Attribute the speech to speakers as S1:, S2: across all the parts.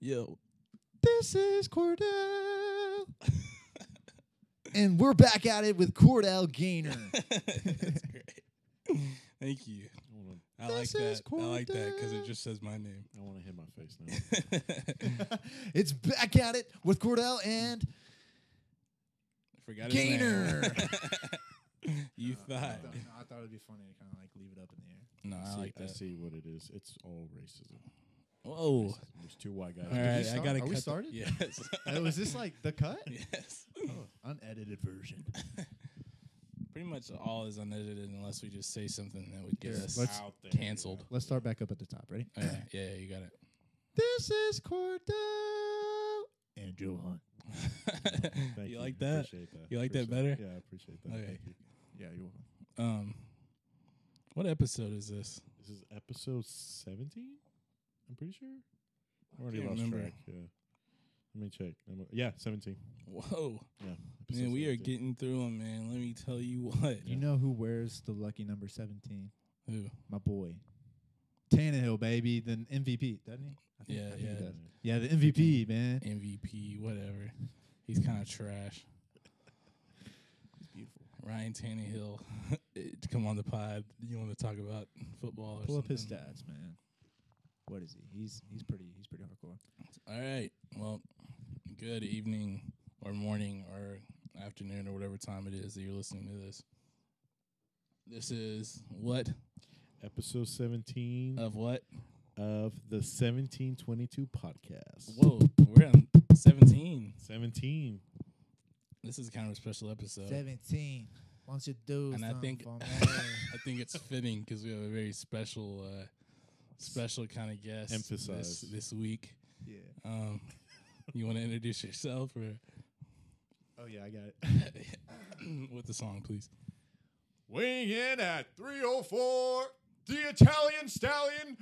S1: Yo,
S2: This is Cordell. and we're back at it with Cordell Gaynor.
S1: that's great. Thank you. I like
S2: This is
S1: that. I like that because it
S2: Cordell.
S1: just says my name.
S3: I want to hit my face now.
S2: it's back at it with Cordell and
S1: Forgot his name.
S2: Gainer.
S1: you
S2: I
S1: thought?
S2: thought, no, I thought it'd be funny to kind of like leave it up in the air.
S1: No, I
S3: see,
S1: like
S3: I
S1: that.
S3: see what it is. It's all Oh, racism.
S1: Whoa!
S3: Racism. There's two white guys.
S1: All right, I
S2: start?
S1: gotta
S2: Are we
S1: cut. the-
S2: started?
S1: Yes.
S2: Oh, is this like the cut?
S1: yes.
S2: Oh, unedited version.
S1: Pretty much all is unedited unless we just say something that would get
S2: Here,
S1: us
S2: let's-
S3: Out there.
S1: canceled.
S2: Let's start back up at the top. Ready?
S1: Yeah. yeah, you got
S2: This is Cordell and Johan.
S1: it.
S3: Thank
S1: you like that?
S3: Appreciate that.
S1: You like that
S3: Appreciate
S1: better?
S3: Yeah, I appreciate that.
S1: Okay.
S3: Thank you.
S2: Yeah, you're welcome.
S1: Um, what episode is this?
S3: This is episode 17? I'm pretty sure. I already
S1: can't
S3: lost
S1: remember.
S3: track. Yeah. Let me check. I'm- yeah, 17.
S1: Whoa,
S3: Yeah.
S1: man,
S3: episode
S1: we are
S3: 17.
S1: getting through them, man. Let me tell you what.
S2: You know who wears the lucky number 17?
S1: Ooh,
S2: My boy. Tannehill, baby. The MVP, doesn't he? I
S1: Yeah,
S2: I he
S1: yeah.
S2: does. Yeah, the MVP, man.
S1: MVP, whatever. He's kind of trash.
S2: He's beautiful.
S1: Ryan Tannehill, to come on the pod. You want to talk about football? Or
S2: Pull up his
S1: something?
S2: stats, man. What is he? He's he's pretty he's pretty hardcore.
S1: All right. Well, good evening or morning or afternoon or whatever time it is that you're listening to this. This is what
S3: Episode 17
S1: of what?
S3: of the 1722 podcast.
S1: Whoa, we're on 17.
S3: 17.
S1: This is kind of a special episode.
S2: Seventeen. Once you do
S1: And I think-
S2: me.
S1: I think it's fitting because we have a very special, uh, special kind of guest this-
S3: Emphasize.
S1: this week.
S2: yeah.
S1: Um, you want to introduce yourself or
S2: Oh yeah, I got it.
S1: with the song, please?
S3: Weighing in at 304, the Italian Stallion.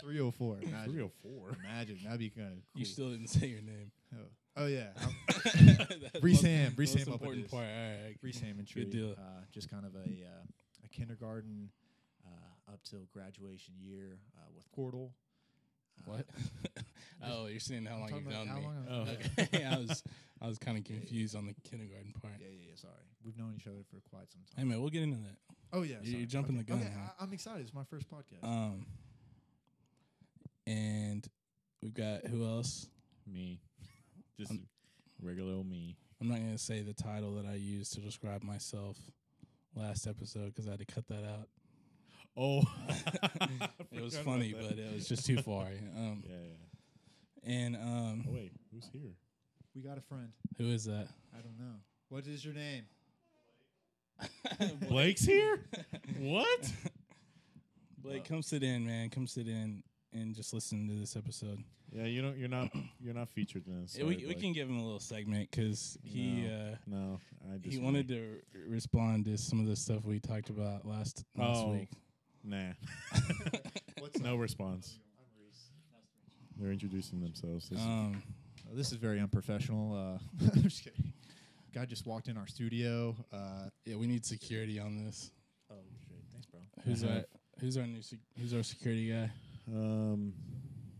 S2: 304. oh four. Imagine.
S3: 304.
S2: Imagine. That'd be kind of cool.
S1: oh You still didn't say your name.
S2: oh. oh yeah. I'm-
S1: That's
S2: Reese
S1: most-
S2: Ham,
S1: the
S2: Reese
S1: most
S2: Ham up in
S1: important
S2: this.
S1: part. All right.
S2: Reese Hammond tree.
S1: Good deal.
S2: Uh, just kind of a uh, a kindergarten uh, up till graduation year uh, with Cordell. Uh,
S1: What? oh, you're seeing how long
S2: talking
S1: you've
S2: about
S1: known
S2: how
S1: me.
S2: long
S1: oh,
S2: I've-
S1: okay. I was I was kind of confused on the kindergarten part.
S2: Yeah, yeah, yeah. Sorry, we've known each other for quite some
S1: Hey
S2: time.
S1: man, we'll get into that.
S2: oh yeah,
S1: you're
S2: sorry.
S1: jumping
S2: okay.
S1: the gun
S2: Okay,
S1: now.
S2: I, I'm excited. It's my first podcast.
S1: Um, and we've got who else?
S3: Me. Just
S1: Um,
S3: regular old me.
S1: I'm not gonna say the title that I used to describe myself last episode because I had to cut that out.
S3: Oh.
S1: It was funny, but it was just too far. Um,
S3: Yeah, yeah.
S1: and
S3: Oh,
S1: um,
S3: wait. Who's here?
S2: we got a friend.
S1: who is that?
S2: I don't know. What is your name?
S3: Blake's here? what?
S1: Blake, come sit in, man. Come sit in and just listen to this episode.
S3: Yeah, you don't. You're not. You're not featured in this.
S1: Yeah, we, we can give him a little segment because he uh,
S3: No, I just.
S1: he wanted to r- respond to some of the stuff we talked about last last
S3: Oh.
S1: week.
S3: Nah.
S2: What's
S3: No response. They're introducing themselves. This is-
S1: Um,
S2: Oh, this is very unprofessional. Uh, I'm just kidding. Guy just walked in our studio. Uh,
S1: yeah, we need security on this.
S2: oh shit! Thanks, bro.
S1: Who's
S3: I
S1: our
S3: have-
S1: who's our new sec- who's our security guy?
S3: um.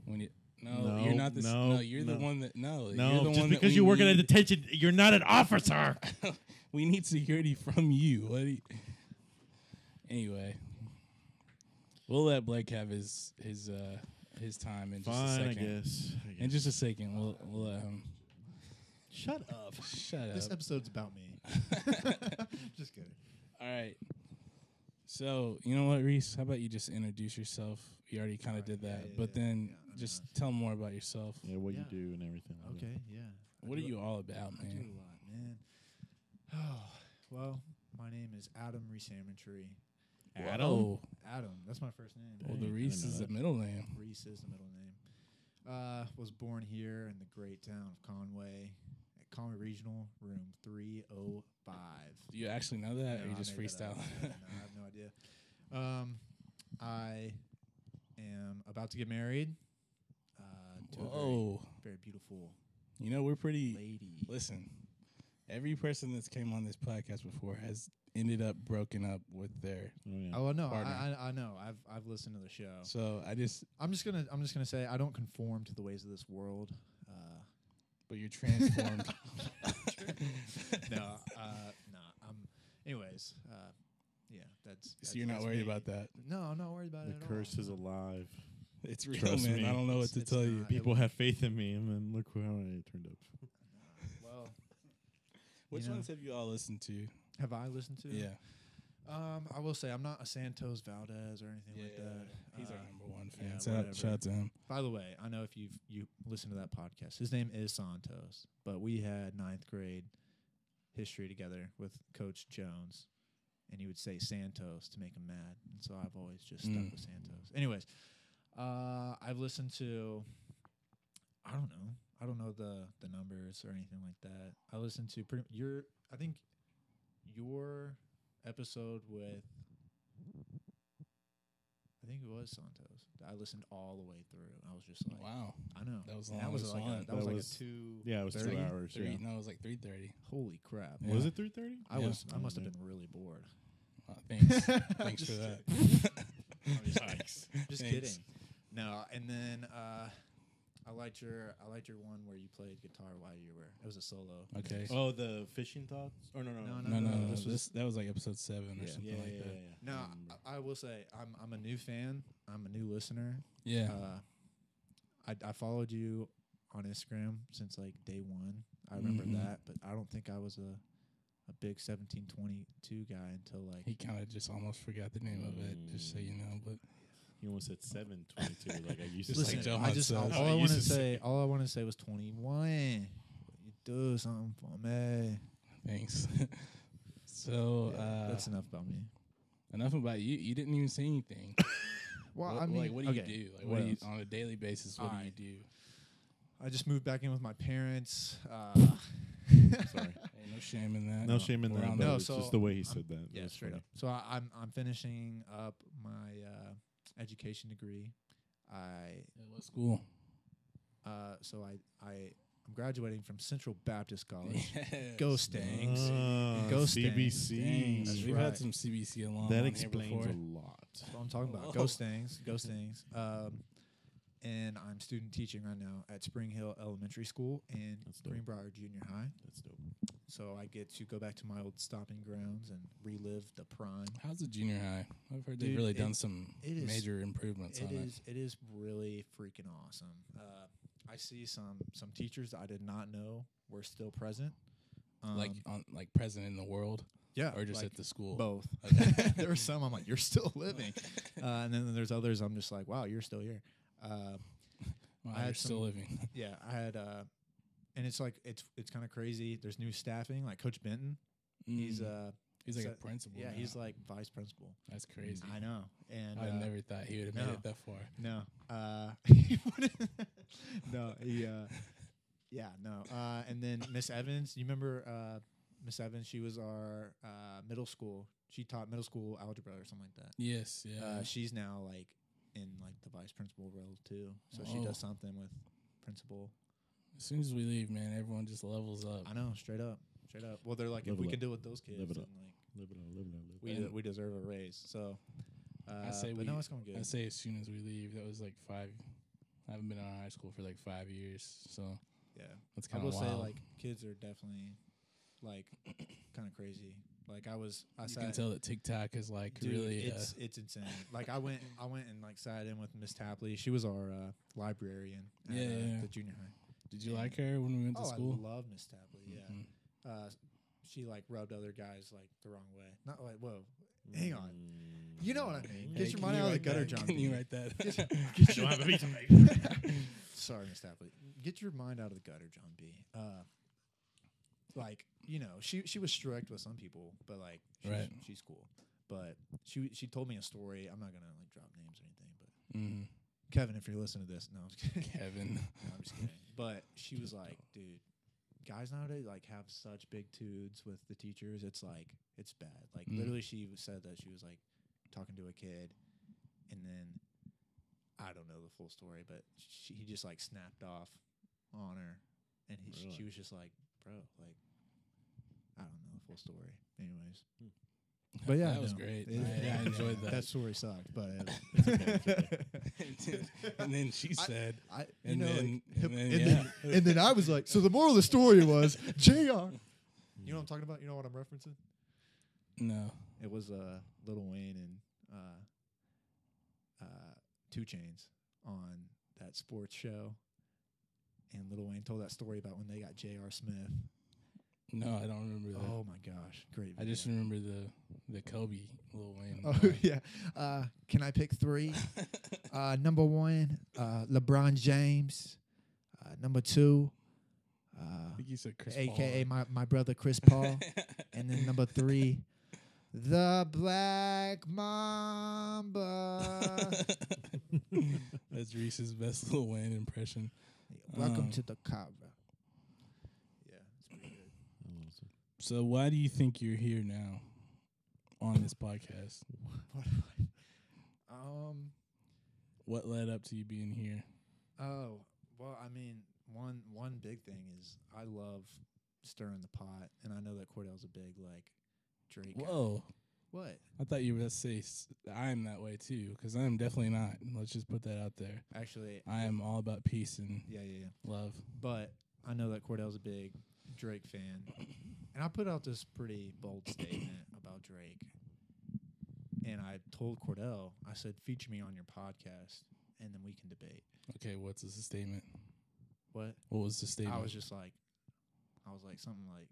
S1: We need. No,
S3: No,
S1: you're not the s-
S3: no,
S1: no, you're
S3: no.
S1: the one that no,
S3: No,
S1: you're the
S3: just
S1: one
S3: because
S1: that
S3: you
S1: we
S3: work at a
S1: need,
S3: detention, you're not an officer.
S1: we need security from you. What do you- anyway, we'll let Blake have his his uh his time in just a
S3: Fine, I
S1: second.
S3: guess. I
S1: In
S3: guess.
S1: just a second, we'll we'll let him.
S2: Shut up.
S1: Shut
S2: This
S1: up.
S2: episode's about me. just kidding.
S1: All right. So you know what, Reese? How about you just introduce yourself? You already kind of
S2: Alright,
S1: did
S2: yeah,
S1: that,
S2: yeah,
S1: but
S2: yeah,
S1: then
S2: yeah, I
S1: just
S2: know.
S1: tell more about yourself.
S3: Yeah, what you
S2: Yeah.
S3: do and everything. yeah.
S2: Okay, yeah. I
S1: What are
S2: do
S1: you all about,
S2: I do
S1: man?
S2: a lot, man. Oh, well, my name is Adam Reese Tree.
S3: Adam?
S1: Oh,
S2: Adam, that's my first name.
S1: well,
S2: right?
S1: the
S3: didn't
S1: Reese
S3: know
S1: is the
S3: that.
S1: middle name.
S2: Reese is the middle name. Uh, was born here in the great town of Conway, at Conway Regional, room 305.
S1: Do you actually know that, or
S2: No,
S1: you
S2: I
S1: just
S2: made that
S1: freestyle?
S2: up. Yeah, no, I have no idea. Um, I am about to get married uh, to a very,
S1: Whoa!
S2: very beautiful
S1: You know we're pretty.
S2: lady.
S1: Listen, every person that's came on this podcast before has ended up broken up with their.
S3: Oh yeah.
S2: Oh no,
S1: Partner.
S2: I, I I know. I've I've listened to the show.
S1: So I just,
S2: I'm just gonna I'm just gonna say I don't conform to the ways of this world. Uh,
S1: but you're transformed.
S2: no, uh, no. I'm. Anyways, uh, yeah, that's. that's
S1: so you're not
S2: that's
S1: worried
S2: me.
S1: about that.
S2: No, I'm not worried about
S3: the
S2: it. at
S3: curse
S2: all.
S3: is alive.
S1: It's real,
S3: Trust
S1: man.
S3: me.
S1: I don't know what
S2: It's-
S1: to
S2: it's
S1: tell you.
S2: not.
S3: People have faith in me, and then look how it turned up.
S2: Well,
S1: Which
S2: You know.
S1: ones have you all listened to?
S2: have I listened to?
S1: Yeah,
S2: Um, I will say I'm not a Santos Valdez or anything like that.
S1: He's our
S2: Uh,
S1: number one fan.
S2: yeah,
S1: shout,
S2: whatever.
S1: out, shout out to him.
S2: By the way, I know if you've you listened to that podcast, his name is Santos, but we had ninth grade history together with Coach Jones, and he would say Santos to make him mad, and so I've always just stuck
S1: Mm.
S2: with Santos. Anyways, uh, I've listened to, I don't know, I don't know the the numbers or anything like that. I listened to pretty your, I think your episode with. I think it was Santos. I listened all the way through. I was just like,
S1: Wow,
S2: I know.
S1: That was
S2: And
S1: the
S2: That was
S1: longest
S2: like
S1: one.
S2: a, that,
S3: That
S2: was like
S3: was-
S2: a two.
S3: Yeah, it was two
S1: 30?
S3: hours.
S1: three.
S3: yeah.
S1: No, it was like three thirty.
S2: Holy crap!
S1: Yeah.
S3: Was it three thirty?
S2: I
S1: Yeah.
S2: was. I
S3: Oh,
S2: must have
S3: man.
S2: been really bored.
S1: Uh, thanks, thanks for that.
S2: just kidding.
S1: Thanks.
S2: Just kidding. No, and then uh, I liked your I liked your one where you played guitar while you were. It was a solo.
S1: Okay.
S3: Oh, the fishing thoughts? Oh no,
S2: No,
S1: no, no,
S2: no,
S1: this,
S2: this was-
S1: that was uh, like episode seven or
S2: Yeah.
S1: something like that.
S2: No, I, I will say I'm I'm a new fan. I'm a new listener.
S1: Yeah,
S2: Uh, I I followed you on Instagram since like day one. I remember
S1: Mhm.
S2: that, but I don't think I was a a big 1722 guy until like
S1: he kind of just almost forgot the name of it, just so you know. But
S3: He almost said seven twenty-two. like I used
S1: Just like
S3: to
S2: Listen,
S3: say.
S1: Johan
S2: I just all,
S1: says.
S2: all I
S3: You
S2: want to
S3: should
S2: say, all I want to say was 21. You do something for me.
S1: thanks. so
S2: Yeah,
S1: uh,
S2: that's enough about me.
S1: enough about you. You didn't even say anything.
S2: Well,
S1: what,
S2: I mean,
S1: like, what do you
S2: okay,
S1: do? Like,
S2: what
S1: what do you,
S2: else?
S1: on a daily basis? What do you
S2: I just moved back in with my parents. Uh,
S3: Sorry.
S1: do? Ain't no shame in that.
S3: No shame in
S1: We're
S3: that.
S1: on
S3: No,
S1: the-
S2: No,
S3: it's
S2: so
S3: just the way he
S2: I'm-
S3: said that.
S2: yeah,
S3: That's
S2: straight
S3: funny.
S2: up. So I, I'm I'm finishing up my uh, education degree. I
S1: Yeah, What school?
S2: uh, so I I I'm graduating from Central Baptist College.
S1: Yes.
S2: Oh, Go Stangs.
S3: Ah,
S2: Go
S1: Dang,
S2: That's
S3: CBC.
S1: We've had
S2: right.
S1: some CBC alum.
S3: That
S1: on
S3: explains
S1: here before.
S3: Um, a lot.
S2: That's what I'm talking about.
S1: Whoa.
S2: Ghost things, ghost things. Um, and I'm student teaching right now at Spring Hill Elementary School and
S3: That's dope.
S2: Greenbrier Junior High.
S3: That's dope.
S2: So I get to go back to my old stomping grounds and relive the prime.
S1: How's the junior high? I've heard they've
S2: Dude,
S1: really
S2: it-
S1: done some
S2: it is-
S1: major improvements
S2: It
S1: on
S2: is it is really freaking awesome. Uh, I see some some teachers that I did not know were still present.
S1: it,
S2: Um,
S1: like on like present in the world,
S2: yeah,
S1: or just
S2: like
S1: at the school.
S2: both.
S1: Okay.
S2: there were some I'm like, you're still living, uh, and then there's others I'm just like, wow, you're still here. Uh,
S1: Wow,
S2: I
S1: you're
S2: had
S1: still
S2: some-
S1: living. Mm.
S2: Yeah, I had uh and it's like it's it's kind of crazy. There's new staffing, like Coach Benton. He's
S1: Mm.
S2: uh
S1: he's like a
S2: so-
S1: principal.
S2: yeah,
S1: now.
S2: he's like vice principal.
S1: that's crazy.
S2: I know. And
S1: I
S2: uh,
S1: never thought he would have made
S2: no.
S1: it that far.
S2: no. Uh he wouldn't- No, he uh yeah, no. Uh and then Miss Evans, you remember uh Miss Evans, she was our uh middle school. She taught middle school algebra or something like that.
S1: Yes, yeah.
S2: Uh, she's now like in like the vice principal role too. So she
S1: Whoa.
S2: does something with principal
S1: as soon as we leave, man, everyone just levels up.
S2: I know, straight up, straight up. Well, they're like, if
S3: Level
S2: we
S3: up.
S2: can deal with those kids,
S3: Level
S2: then
S3: up.
S2: like
S3: Live it up, live it up, live
S2: we
S1: And-
S2: we deserve a raise. So uh, I
S1: say
S2: say but
S1: we-
S2: no, it's going good.
S1: I say as soon as we leave, that was like five. I haven't been out of high school for like five years, so
S2: yeah,
S1: that's
S2: I
S1: kind
S2: will
S1: of wild.
S2: say like kids are definitely like kind of crazy. Like I was, I
S1: you
S2: sat,
S1: can tell that TikTok is like
S2: dude,
S1: really. Uh,
S2: it's it's insane. like I went, I went and like sat in with Miss Tapley. She was our uh, librarian at
S1: Yeah,
S2: uh,
S1: yeah, yeah.
S2: the junior high.
S1: did you like her when we went to
S2: oh,
S1: school?
S2: I love Miss Tapley. Yeah,
S1: Mhm.
S2: uh, she like rubbed other guys like the wrong way. Not like whoa,
S3: it up.
S2: hang on. You know what I mean. Get
S1: Hey,
S2: your
S1: can
S2: money
S1: you
S2: out of the
S1: write
S2: gutter,
S1: that?
S2: John.
S1: Can
S2: D.
S1: you write that?
S2: Get your-
S3: I don't have a piece of
S2: Sorry, Miss Tapley. Get your mind out of the gutter, John B. Uh, like you know, she she was strict with some people, but like she's,
S1: Right.
S2: she's cool. But she she told me a story. I'm not gonna like drop names or anything. But
S1: Mhm.
S2: Kevin, if you're listening to this, no, I'm just kidding.
S1: Kevin.
S2: No, I'm just kidding. But she was like, dude, guys nowadays like have such big tudes with the teachers. It's like it's bad. Like
S1: Mm.
S2: literally, she said that she was like talking to a kid, and then I don't know the full story, but she, he just like snapped off on her, and he, she
S3: Really?
S2: was just like, bro, like I don't know the full story. Anyways, But yeah,
S1: That was
S2: no.
S1: great.
S2: It-
S1: I- I enjoyed that.
S2: That story sucked, but it-
S3: It's okay, it's
S1: and then she
S2: I-
S1: said,
S2: I, you
S1: and,
S2: know, like,
S1: then,
S2: hip-
S1: and then,
S2: and
S1: yeah.
S2: then- and then I was like, so the moral of the story was Jr. You know what I'm talking about? You know what I'm referencing?
S1: no.
S2: It was uh, Little Wayne and uh, uh, Two Chains on that sports show, and Little Wayne told that story about when they got J.R. Smith.
S1: No, I don't remember that.
S2: Oh my gosh, great!
S1: I
S2: video.
S1: just remember the the Kobe Lil Wayne.
S2: Oh yeah. Uh, can I pick three? Uh, number one, uh, LeBron James. Uh, number two,
S1: I
S2: uh,
S1: think you said Chris
S2: aka
S1: Paul.
S2: my, my brother Chris Paul. and then number three, the Black Mamba.
S1: That's Reese's best Lil Wayne impression.
S2: Welcome
S1: Um,
S2: to the Cabra. Yeah, it's pretty good.
S1: So why do you think you're here now on this podcast?
S2: What am I- um.
S1: What led up to you being here?
S2: Oh well, I mean, one one big thing is I love stirring the pot, and I know that Cordell's a big like Drake. guy.
S1: Whoa.
S2: What?
S1: I thought you were going to say s- I'm that way too, because I'm definitely not. Let's just put that out there.
S2: Actually,
S1: I am all about peace and
S2: yeah, yeah, yeah.
S1: love.
S2: But I know that Cordell's a big Drake fan, and I put out this pretty bold statement about Drake. And I told Cordell, I said, feature me on your podcast, and then we can debate.
S1: Okay, what's this statement?
S2: What?
S1: What was the statement?
S2: I was just like, I was like something like,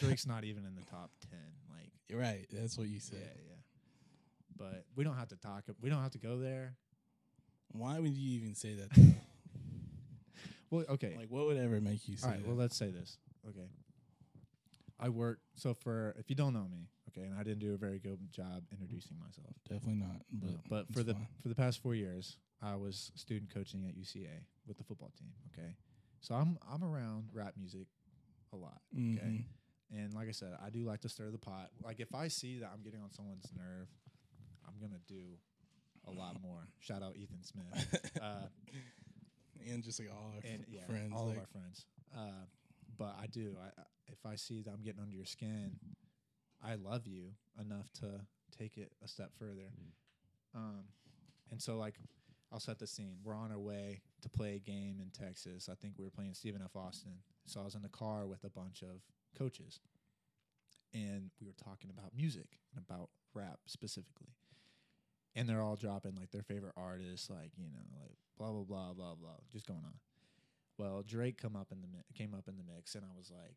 S2: Drake's not even in the top ten. Like,
S1: You're right. That's what you said.
S2: Yeah, yeah. But we don't have to talk. ab- We don't have to go there.
S1: Why would you even say that? Though?
S2: Well, okay.
S1: like, what would ever make you say
S2: All right.
S1: that?
S2: Well, let's say this. Okay. I work. So for if you don't know me, okay, and I didn't do a very good job introducing myself.
S1: definitely not. But,
S2: uh, But for
S1: it's
S2: the
S1: Mm-hmm. fine.
S2: for the past four years, I was student coaching at UCA with the football team. Okay. So I'm I'm around rap music a lot. Okay.
S1: Mhm.
S2: And like I said, I do like to stir the pot. Like if I see that I'm getting on someone's nerve, I'm gonna do a lot more. Shout out Ethan Smith. Uh,
S1: mm-hmm. and just like all our
S2: and
S1: f-
S2: yeah,
S1: friends,
S2: all
S1: like,
S2: of our friends. Uh, but I do. I, I- if I see that I'm getting under your skin, I love you enough to take it a step further.
S1: Mm.
S2: Um, and so, like, I'll set the scene. We're on our way to play a game in Texas. I think we were playing Stephen F. Austin. So I was in the car with a bunch of coaches, and we were talking about music and about rap specifically. And they're all dropping like their favorite artists, like you know, like blah blah blah blah blah, just going on. Well, Drake come up in the mi- came up in the mix, and I was like,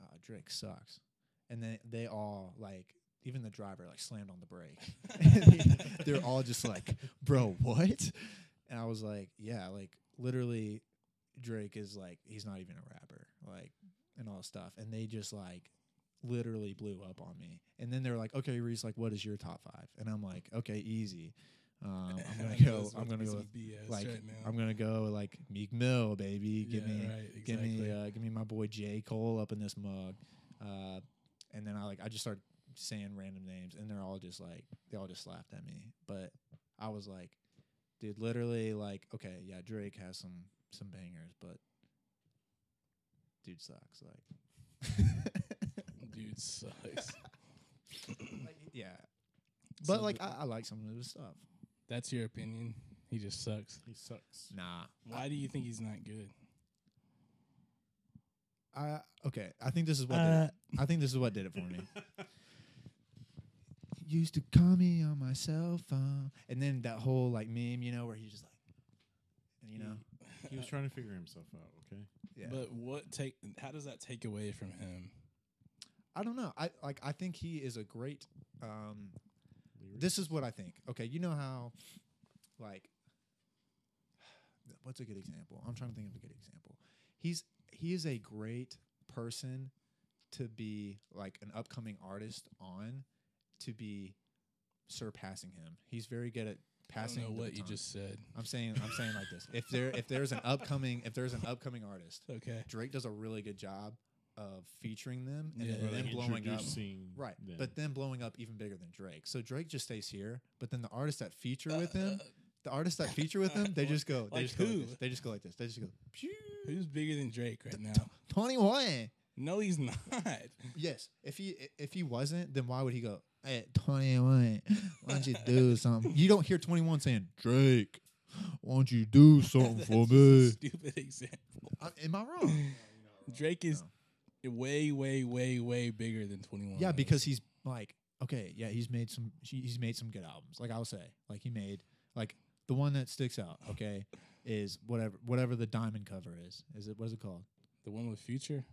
S2: uh, Drake sucks. And then they all like, even the driver like slammed on the brake. They're all just like, bro, what? And I was like, yeah, like literally, Drake is like, he's not even a rapper, like, and all this stuff. And they just like, literally blew up on me. And then they're like, okay, Reese, like, what is your top five? And I'm like, okay, easy. Um, I'm gonna
S1: I know
S2: go.
S1: it's
S2: I'm
S1: about
S2: gonna
S1: be
S2: go.
S1: some
S2: With,
S1: BS
S2: like,
S1: right now.
S2: I'm gonna go like Meek Mill, baby. Give
S1: Yeah,
S2: me
S1: right, exactly.
S2: give me uh, give me my boy J Cole up in this mug, uh, and then I like I just started saying random names, and they're all just like they all just laughed at me. But I was like, dude, literally like, okay, yeah, Drake has some some bangers, but dude sucks. Like,
S1: Dude sucks.
S2: like, yeah,
S1: So
S2: but like
S1: the-
S2: I, I like some of his stuff.
S1: that's your opinion. He just sucks.
S3: He sucks.
S2: Nah,
S1: Why do you think he's not good?
S2: I okay. I think this is what did it. I think this is what did it for me. He used to call me on my cell phone, and then that whole like meme, you know, where he's just like, and you know,
S3: He was trying to figure himself out. Okay.
S2: yeah.
S1: But what take? How does that take away from him?
S2: I don't know. I like. I think he is a great. Um,
S3: Lyric.
S2: this is what I think. Okay, you know how, like, what's a good example? I'm trying to think of a good example. He's he is a great person to be like an upcoming artist on to be surpassing him. He's very good at passing
S1: I don't
S2: the
S1: know what you
S2: baton.
S1: just said.
S2: I'm saying I'm saying like this. If there if there's an upcoming if there's an upcoming artist,
S1: Okay.
S2: Drake does a really good job of featuring them and
S1: Yeah.
S2: then
S1: Or,
S2: them
S1: like,
S2: blowing up.
S3: Introducing
S2: Right.
S3: them.
S2: But then blowing up even bigger than Drake. So Drake just stays here, but then the artists that feature with
S1: uh,
S2: him, the artists that feature with him, they just go, they
S1: Like
S2: just go
S1: who?
S2: like this. They just go like this. They just go "Pew."
S1: Who's bigger than Drake right now?
S2: 21.
S1: No, he's not.
S2: Yes. If he if he wasn't, then why would he go at 21, why don't you do something? You don't hear 21 saying, Drake, why don't you do something for
S1: That's
S2: me?
S1: just a Stupid example.
S2: I, am I wrong?
S1: Drake is way, way, way, way bigger than Twenty One.
S2: Yeah, because he's like, okay, yeah, he's made some he- he's made some good albums. Like I'll say, like he made like the one that sticks out, okay, is whatever whatever the diamond cover is. Is it what is it called?
S1: the one with Future.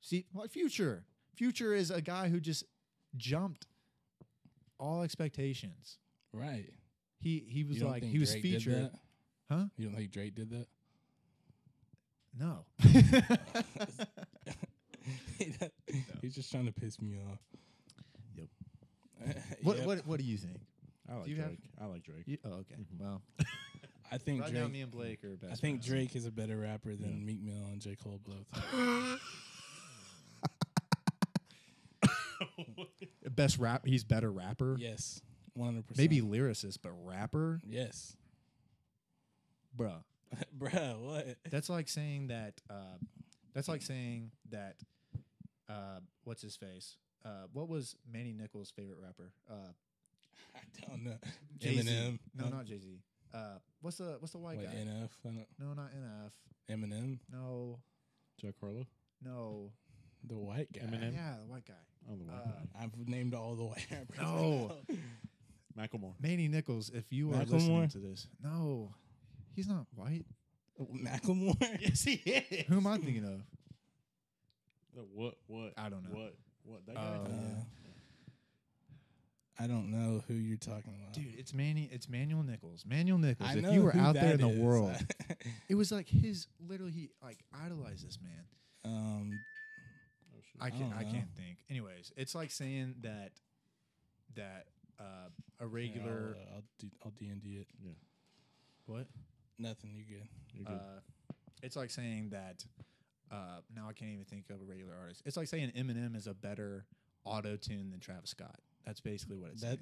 S2: See, what future? Future is a guy who just jumped all expectations.
S1: Right.
S2: He he was
S1: You don't
S2: like
S1: think
S2: he was
S1: Drake did
S2: featured,
S1: that?
S2: huh?
S1: You don't think Drake did that?
S2: No.
S1: He's just trying to piss me off.
S2: Yep. what
S1: Yep.
S2: what what do you think?
S3: I like
S2: you have-
S3: Drake. I like Drake.
S2: You, oh, okay. Well,
S1: Mm-hmm. I think
S2: right now
S1: Drake.
S2: me and Blake are best.
S1: I think
S2: friends.
S1: Drake is a better rapper than Meek Mill and J Cole both.
S2: best rap. He's better rapper.
S1: yes, one hundred percent.
S2: Maybe lyricist, but rapper,
S1: Yes,
S2: bruh.
S1: bruh. What?
S2: That's like saying that. Uh, that's like saying that. Uh, what's his face? Uh, what was Manny Nichols' favorite rapper? Uh,
S1: I don't know.
S2: Jay-Z.
S1: Eminem.
S2: No, not Jay Z. Uh, what's the what's the white
S1: Wait,
S2: guy?
S1: NF. I don't-
S2: no, not NF.
S1: uh, Eminem,
S2: No,
S3: Jack Harlow.
S2: no. Uh,
S1: the white guy.
S3: Eminem.
S2: Yeah, the white guy.
S3: Oh, the white
S2: Uh,
S3: guy.
S1: I've named all the white rappers.
S2: No.
S3: Macklemore.
S2: Manny Nichols. If you are listening
S1: Macklemore?
S2: to this, no, he's not white.
S1: Macklemore.
S3: Yes, he is.
S2: Who am I thinking of?
S3: The uh, What? What?
S2: I don't know.
S3: What? What? That guy.
S2: Oh,
S1: Uh,
S2: yeah.
S1: I don't know who you're talking about.
S2: Dude, it's Manny. It's Manuel Nichols. Manuel Nichols.
S1: I
S2: If
S1: know
S2: you were
S1: who
S2: out there in
S1: that
S2: the
S1: is.
S2: world, it was like his. Literally, he like idolized this man.
S1: um,
S3: Oh, shit.
S2: I uh, can't.
S1: don't
S2: I,
S1: know.
S2: can't think. Anyways, it's like saying that that uh, a
S1: here,
S2: regular
S1: I'll, uh, I'll, D- I'll DND it.
S2: what?
S1: Nothing. You good?
S3: You're
S2: Uh,
S3: good.
S2: it's like saying that. Uh, now I can't even think of a regular artist. It's like saying Eminem is a better auto tune than Travis Scott. That's basically what it's.
S1: That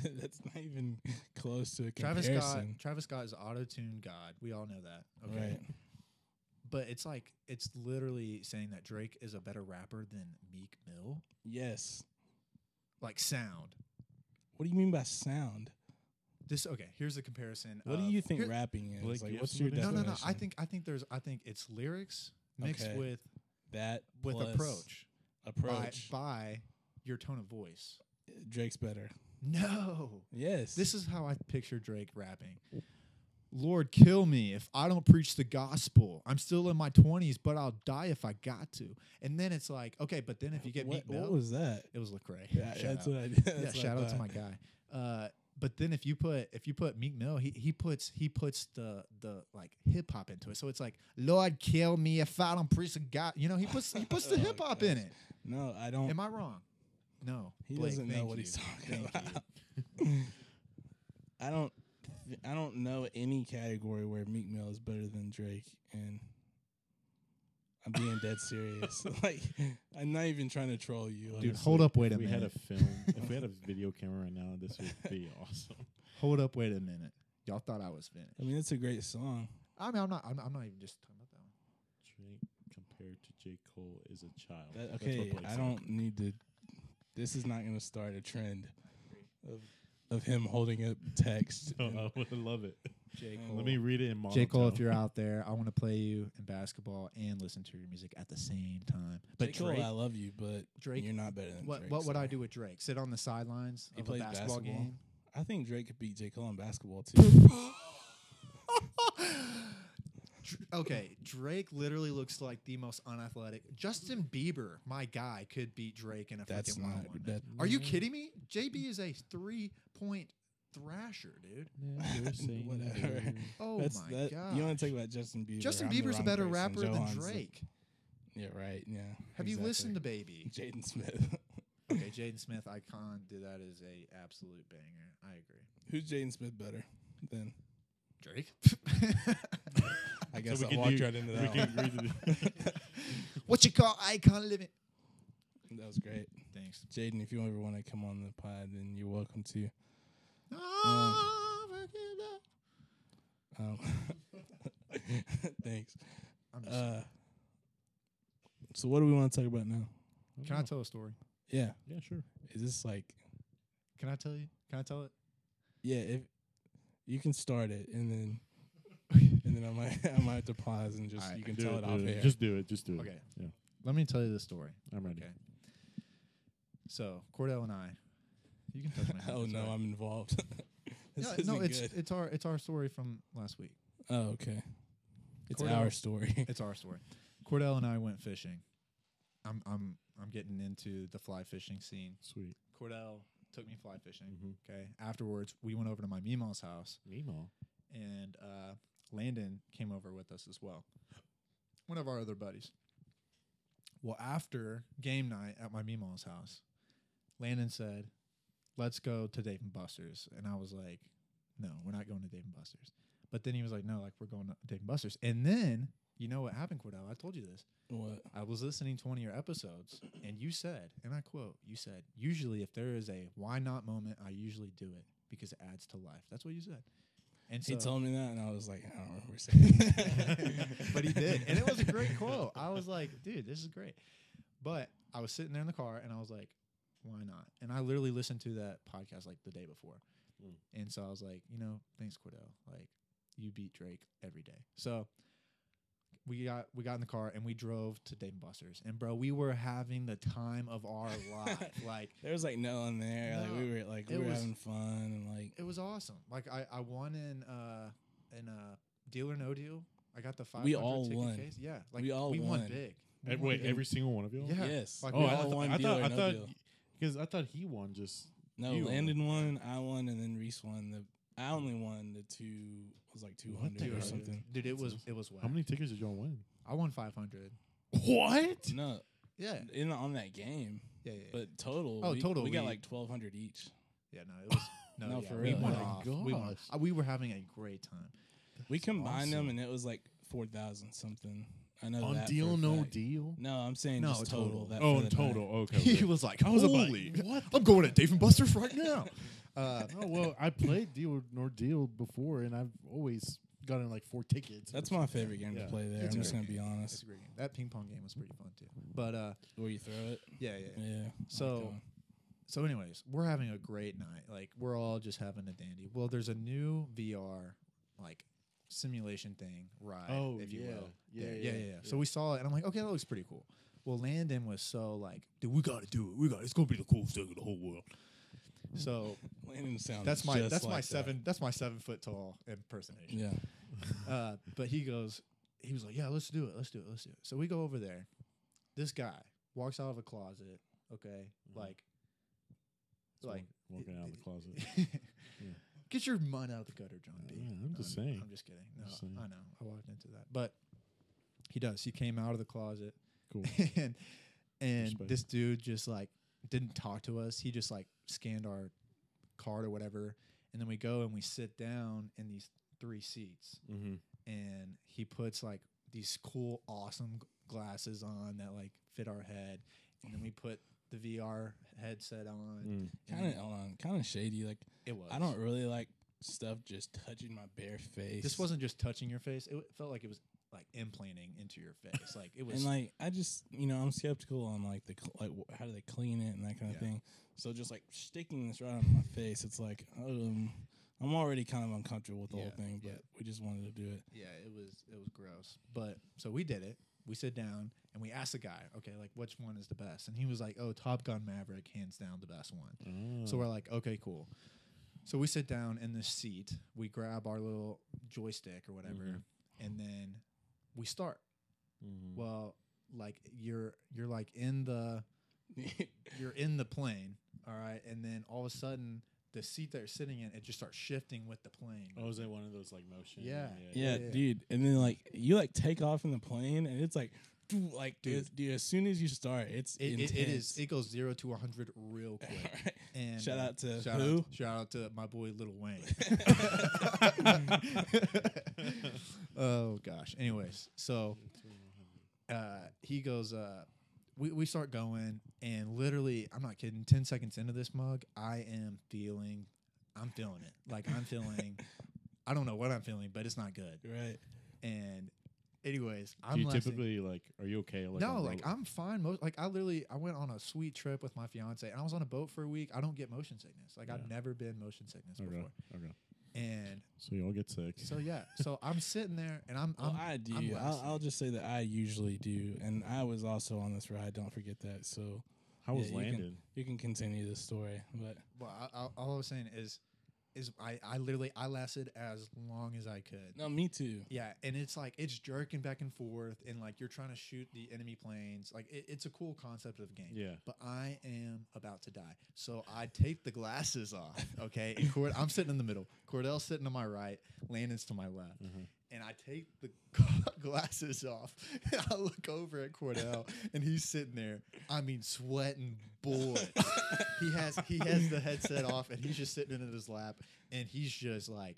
S2: saying.
S1: that's not even close to a
S2: Travis
S1: comparison.
S2: Scott. Travis Scott is auto tune god. We all know that. Okay.
S1: Right.
S2: But it's like it's literally saying that Drake is a better rapper than Meek Mill.
S1: Yes.
S2: Like sound.
S1: What do you mean by sound?
S2: This okay. Here's the comparison.
S1: What do
S2: of-
S1: you think
S2: Uh, here-
S1: rapping is?
S3: Blake, you
S1: like,
S3: have
S1: what's your
S3: something
S2: No,
S1: definition?
S2: no, no. I think I think there's I think it's lyrics mixed
S1: Okay.
S2: with
S1: that
S2: with
S1: plus
S2: approach,
S1: Approach.
S2: by by your tone of voice.
S1: Drake's better.
S2: No,
S1: Yes.
S2: this is how I picture Drake rapping. Lord, kill me if I don't preach the gospel. I'm still in my 20s, but I'll die if I got to. And then it's like, okay, but then if you get
S1: what,
S2: Meek Mill,
S1: what was that?
S2: it was Lecrae.
S1: Yeah,
S2: Shout
S1: that's
S2: out.
S1: what I did.
S2: yeah, shout out to my guy. Uh, but then if you put if you put Meek Mill, he, he puts he puts the the like hip hop into it. So it's like Lord kill me if I don't preach a God. You know he puts he puts the
S1: Oh,
S2: hip hop in
S1: gosh.
S2: it.
S1: No, I don't.
S2: Am I wrong? No,
S1: He
S2: Blake,
S1: doesn't know
S2: thank
S1: what
S2: you.
S1: he's talking
S2: Thank
S1: about.
S2: you.
S1: I don't. I don't know any category where Meek Mill is better than Drake, and I'm being dead serious. like, I'm not even trying to troll you,
S2: Dude,
S1: honestly.
S2: hold up, wait a
S3: If we had a
S2: minute.
S3: film, if we had a video camera right now, this would be awesome.
S2: Hold up, wait a minute. Y'all thought I was finished.
S1: I mean, it's a great song.
S2: I mean, I'm not. I'm, I'm not even just talking about that one.
S3: Drake compared to J. Cole is a child.
S1: That-
S3: That's what
S1: okay,
S3: Blake
S1: I
S3: said.
S1: don't need to. This is not going to start a trend of of him holding up text. and
S3: No, Oh, I would love it.
S1: J. Cole.
S3: Let me read it in monotone.
S2: Oh. J. Cole, if you're out there, I want to play you in basketball and listen to your music at the same time. But
S1: J. Cole,
S2: Drake,
S1: I love you, but
S2: Drake-
S1: you're not better than
S2: what
S1: Drake.
S2: what would I
S1: sorry.
S2: do with Drake? Sit on the sidelines
S1: He
S2: of a
S1: plays
S2: basketball,
S1: basketball.
S2: game.
S1: I think Drake could beat J. Cole in basketball too.
S2: Dr- okay, Drake literally looks like the most unathletic. Justin Bieber, my guy, could beat Drake in a
S1: That's
S2: freaking
S1: not.
S2: one-on-one.
S1: That,
S2: Are you kidding me? JB is a three-point thrasher, dude.
S3: Never say
S1: Whatever.
S3: never.
S2: Oh
S1: that's,
S2: my
S1: that,
S2: god!
S1: You want to talk about Justin Bieber?
S2: Justin
S1: I'm the
S2: Bieber's a
S1: wrong
S2: better
S1: person.
S2: rapper than
S1: Johan's the-
S2: Drake.
S1: yeah, right. Yeah.
S2: Have you listened to Baby?
S1: Jaden Smith?
S2: okay, Jaden Smith, Icon, did that is a absolute banger. I agree.
S1: Who's Jaden Smith better than?
S2: Drake.
S1: I guess
S3: we
S1: I
S3: can
S1: walked
S3: do-
S1: right into
S3: we
S1: that.
S3: can
S1: one.
S3: agree to
S2: what you call Icon living?
S1: that was great,
S2: Thanks.
S1: Jaden. If you ever want to come on the pod, then you're welcome to. Um, thanks.
S2: I'm just,
S1: Uh, so what do we want to talk about now?
S2: can I tell a story?
S1: Yeah.
S3: Yeah, sure.
S1: Is this like
S2: Can I tell you? Can I tell it?
S1: Yeah, if you can start it and then and then I might I might have to pause and just
S2: Alright,
S1: you can
S3: Do
S1: tell it,
S3: do
S1: off air.
S3: Just do it. Just do it.
S2: Okay.
S3: Mm. Yeah.
S2: Let me tell you the story.
S3: I'm ready.
S2: Okay. So Cordell and I, you can touch my hand.
S1: oh
S2: it's
S1: no,
S2: alright.
S1: I'm involved. this
S2: Yeah,
S1: isn't
S2: no, it's
S1: good.
S2: it's our it's our story from last week.
S1: oh okay. It's
S2: Cordell-
S1: our story.
S2: It's our story. Cordell and I went fishing. I'm I'm I'm getting into the fly fishing scene.
S3: Sweet.
S2: Cordell took me fly fishing.
S3: Mm-hmm.
S2: Okay. Afterwards, we went over to my Mima's house,
S3: Meemaw.
S2: and uh, Landon came over with us as well. One of our other buddies. Well, after game night at my Mima's house, Landon said, "Let's go to Dave and Buster's," and I was like, "No, we're not going to Dave and Buster's." But then he was like, "No, like we're going to Dave and Buster's." And then you know what happened, Cordell? I told you this.
S1: What?
S2: I was listening to one of your episodes, and you said, and I quote, you said, usually if there is a why not moment, I usually do it because it adds to life. That's what you said. And so,
S1: he told me that and I was like, I don't remember saying that.
S2: but he did. And it was a great quote. I was like, dude, this is great. But I was sitting there in the car and I was like, why not? And I literally listened to that podcast like the day before.
S3: Mm.
S2: And so I was like, you know, thanks, Cordell. Like, you beat Drake every day. So we got we got in the car and we drove to Dave and Buster's. And bro, we were having the time of our life. Like
S1: There was like no one there. Like we were like we
S2: it
S1: were
S2: was-
S1: having fun and like
S2: it was awesome. Like I, I won in uh in uh deal or no deal. I got the five.
S1: We all
S2: ticket
S1: won.
S2: Case. Yeah, like
S1: We all
S2: won,
S1: won.
S2: big. We
S3: Ev-
S2: won
S3: wait,
S2: big.
S3: every single one of y'all.
S2: yeah.
S1: yes.
S2: like
S3: Oh,
S2: we
S3: I,
S2: all
S3: thought-
S1: won
S3: I
S1: deal
S3: thought
S1: or
S3: I
S1: no
S3: thought
S1: deal.
S3: because I thought he won just
S1: No,
S3: You
S1: Landon won. I won, and then Reese won. The I only won the two. It was like two
S3: What the
S1: hundred or
S3: heck?
S1: something.
S2: dude, it was it was whack.
S3: how many tickets did y'all win?
S2: I won five hundred.
S3: What?
S1: No,
S2: Yeah,
S1: in on that game,
S2: yeah, yeah. But
S1: but total.
S2: Oh,
S1: we,
S2: total,
S1: We got
S2: we-
S1: like twelve hundred each.
S2: yeah, no, it was no,
S1: No,
S2: yeah,
S1: for
S2: we
S1: real.
S2: went
S1: Oh my
S2: off. We, went
S3: gosh.
S2: off. Uh, we were having a great time.
S1: We combined
S3: awesome.
S1: them, and it was like four thousand something. I know
S3: On
S1: that for a
S3: deal, no
S1: fact.
S3: deal.
S1: No, I'm saying
S2: No,
S1: just total.
S2: total.
S1: That
S3: Oh,
S1: for
S3: in
S1: the night.
S3: total. Okay. okay.
S2: was like,
S3: I was like,
S2: what? I'm going to Dave and Buster's right now." uh,
S3: oh well, I played deal nor deal before, and I've always gotten like four tickets.
S1: That's my favorite game
S3: Yeah.
S1: to play there.
S2: It's
S1: I'm
S2: a
S1: just
S2: great
S1: gonna be
S2: that's
S1: honest.
S2: a great game. That ping pong game was pretty fun too. But uh,
S1: Where you throw it?
S2: yeah, yeah, yeah.
S1: Yeah. I like
S2: So-
S1: that one.
S2: So, anyways, we're having a great night. Like, we're all just having a dandy. Well, there's a new VR like simulation thing ride,
S3: Oh,
S2: if you
S3: yeah.
S2: will.
S3: Yeah,
S2: There.
S3: yeah,
S2: yeah, yeah, So
S3: yeah.
S2: we saw it, and I'm like, okay, that looks pretty cool. Well, Landon was so like, dude, we gotta do it. We got it's gonna be the coolest thing in the whole world. So
S1: Landon sounds.
S2: that's my
S1: just
S2: that's
S1: like
S2: my
S1: that.
S2: seven that's my seven foot tall impersonation.
S1: Yeah.
S2: Uh, but he goes, he was like, yeah, let's do it, let's do it, let's do it. So we go over there. This guy walks out of a closet. Okay,
S3: Mhm.
S2: like
S3: It's
S2: like-
S3: wa- walking out of the closet.
S2: Get your mind out of the gutter, John B. Um,
S3: Yeah, I'm just saying.
S2: I'm just kidding.
S3: I'm
S2: No,
S3: just saying.
S2: I know. I walked into that, but he does. He came out of the closet,
S3: Cool.
S2: and and
S3: Respect.
S2: this dude just like didn't talk to us. He just like scanned our card or whatever, and then we go and we sit down in these three seats,
S3: Mm-hmm.
S2: and he puts like these cool, awesome g- glasses on that like fit our head, and then we put the VR headset on.
S3: Mm.
S2: and
S1: Kind of
S2: then
S1: hold on. Kind of shady. Like
S2: It was.
S1: I don't really like stuff just touching my bare face.
S2: This wasn't just touching your face. It w- felt like it was like implanting into your face. Like it was.
S1: and like I just you know I'm skeptical on like the cl- like wh- how do they clean it and that kind of
S2: Yeah.
S1: thing. So just like sticking this right on my face, it's like um, I'm already kind of uncomfortable with the whole
S2: Yeah,
S1: thing, but
S2: yeah.
S1: we just wanted to do it.
S2: yeah, it was. It was gross. But so we did it. We sit down and we asked the guy, okay, like which one is the best? And he was like, oh, Top Gun Maverick, hands down the best one.
S1: Mm.
S2: So
S1: Hmm.
S3: Ah.
S2: we're like, okay, cool. So we sit down in this seat. We grab our little joystick or whatever,
S3: Mhm.
S1: Mm-hmm.
S2: and then we start.
S3: Mhm.
S2: Well, like you're you're like in the you're in the plane, all right, and then all of a sudden the seat that you're sitting in it just starts shifting with the plane.
S3: Oh, is it one of those like motion?
S2: Yeah.
S1: yeah,
S2: yeah.
S1: dude. And then like you like take off in the plane, and it's like doo- like
S2: Dude.
S1: it's- dude. As soon as you start, it's
S2: It,
S1: intense.
S2: it, it is. It goes zero to a hundred real quick. And
S1: Shout
S2: uh,
S1: out to
S2: shout
S1: who?
S2: Out, shout out to my boy Little Wayne. oh gosh. Anyways, so uh, he goes. Uh, we we start going, and literally, I'm not kidding. Ten seconds into this mug, I am feeling. I'm feeling it. Like I'm feeling. I don't know what I'm feeling, but it's not good.
S1: right.
S2: and Anyways,
S3: Do
S2: I'm
S3: you
S2: lasting-
S3: typically like? Are you okay? Like
S2: no,
S3: on
S2: like
S3: roller-
S2: I'm fine. Most like I literally I went on a sweet trip with my fiance and I was on a boat for a week. I don't get motion sickness. Like I've
S3: Yeah.
S2: never been motion sickness
S3: Okay.
S2: before.
S3: Okay.
S2: And
S3: So you all get sick.
S2: so yeah, so I'm sitting there and I'm,
S1: Well,
S2: I'm
S1: I do.
S2: I'm
S1: I'll, I'll
S2: lasting.
S1: just say that I usually do, and I was also on this ride. Don't forget that. So
S3: How was
S1: Yeah, you can-
S3: landed?
S1: you can continue this story, but
S2: Well, I, I, all I was saying is, is I, I literally I lasted as long as I could.
S1: no, me too.
S2: Yeah, and it's like it's jerking back and forth, and like you're trying to shoot the enemy planes. Like it, it's a cool concept of game.
S3: Yeah.
S2: But I am about to die, so I take the glasses off. Okay, and Cord- I'm sitting in the middle. Cordell's sitting to my right, Landon's to my left,
S1: Mm-hmm.
S3: Mhm.
S2: and I take the glasses off. And I look over at Cordell, and he's sitting there. I mean, sweating bullets. he has he has the headset off, and he's just sitting in his lap, and he's just like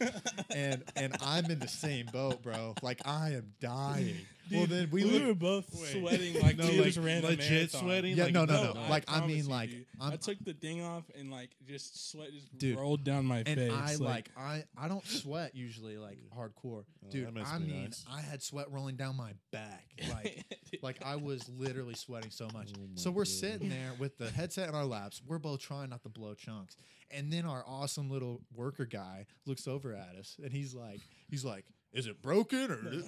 S2: and and I'm in the same boat, bro. Like I am dying. well,
S1: Dude,
S2: then we, look.
S1: were both
S3: Wait.
S1: sweating like
S3: No,
S1: we
S3: like,
S1: just ran a
S3: legit
S1: marathon.
S3: sweating?
S2: yeah,
S3: like,
S2: no, no,
S3: no,
S2: no.
S3: I
S2: Like I,
S1: promise
S2: mean,
S1: you,
S2: like
S1: dude.
S2: I'm,
S1: I took the thing off and like just sweat just
S2: Dude.
S1: rolled down my
S2: and
S1: face.
S2: I
S1: like,
S2: like I I don't sweat usually like hardcore,
S3: Oh,
S2: dude.
S3: that must
S2: I
S3: be
S2: mean,
S3: nice.
S2: I had sweat rolling down my back, like Like I was literally sweating so much.
S3: Oh my
S2: so we're
S3: God.
S2: sitting there with the headset in our laps. We're both trying not to blow chunks. And then our awesome little worker guy looks over at us and he's like, he's like, is it broken or he's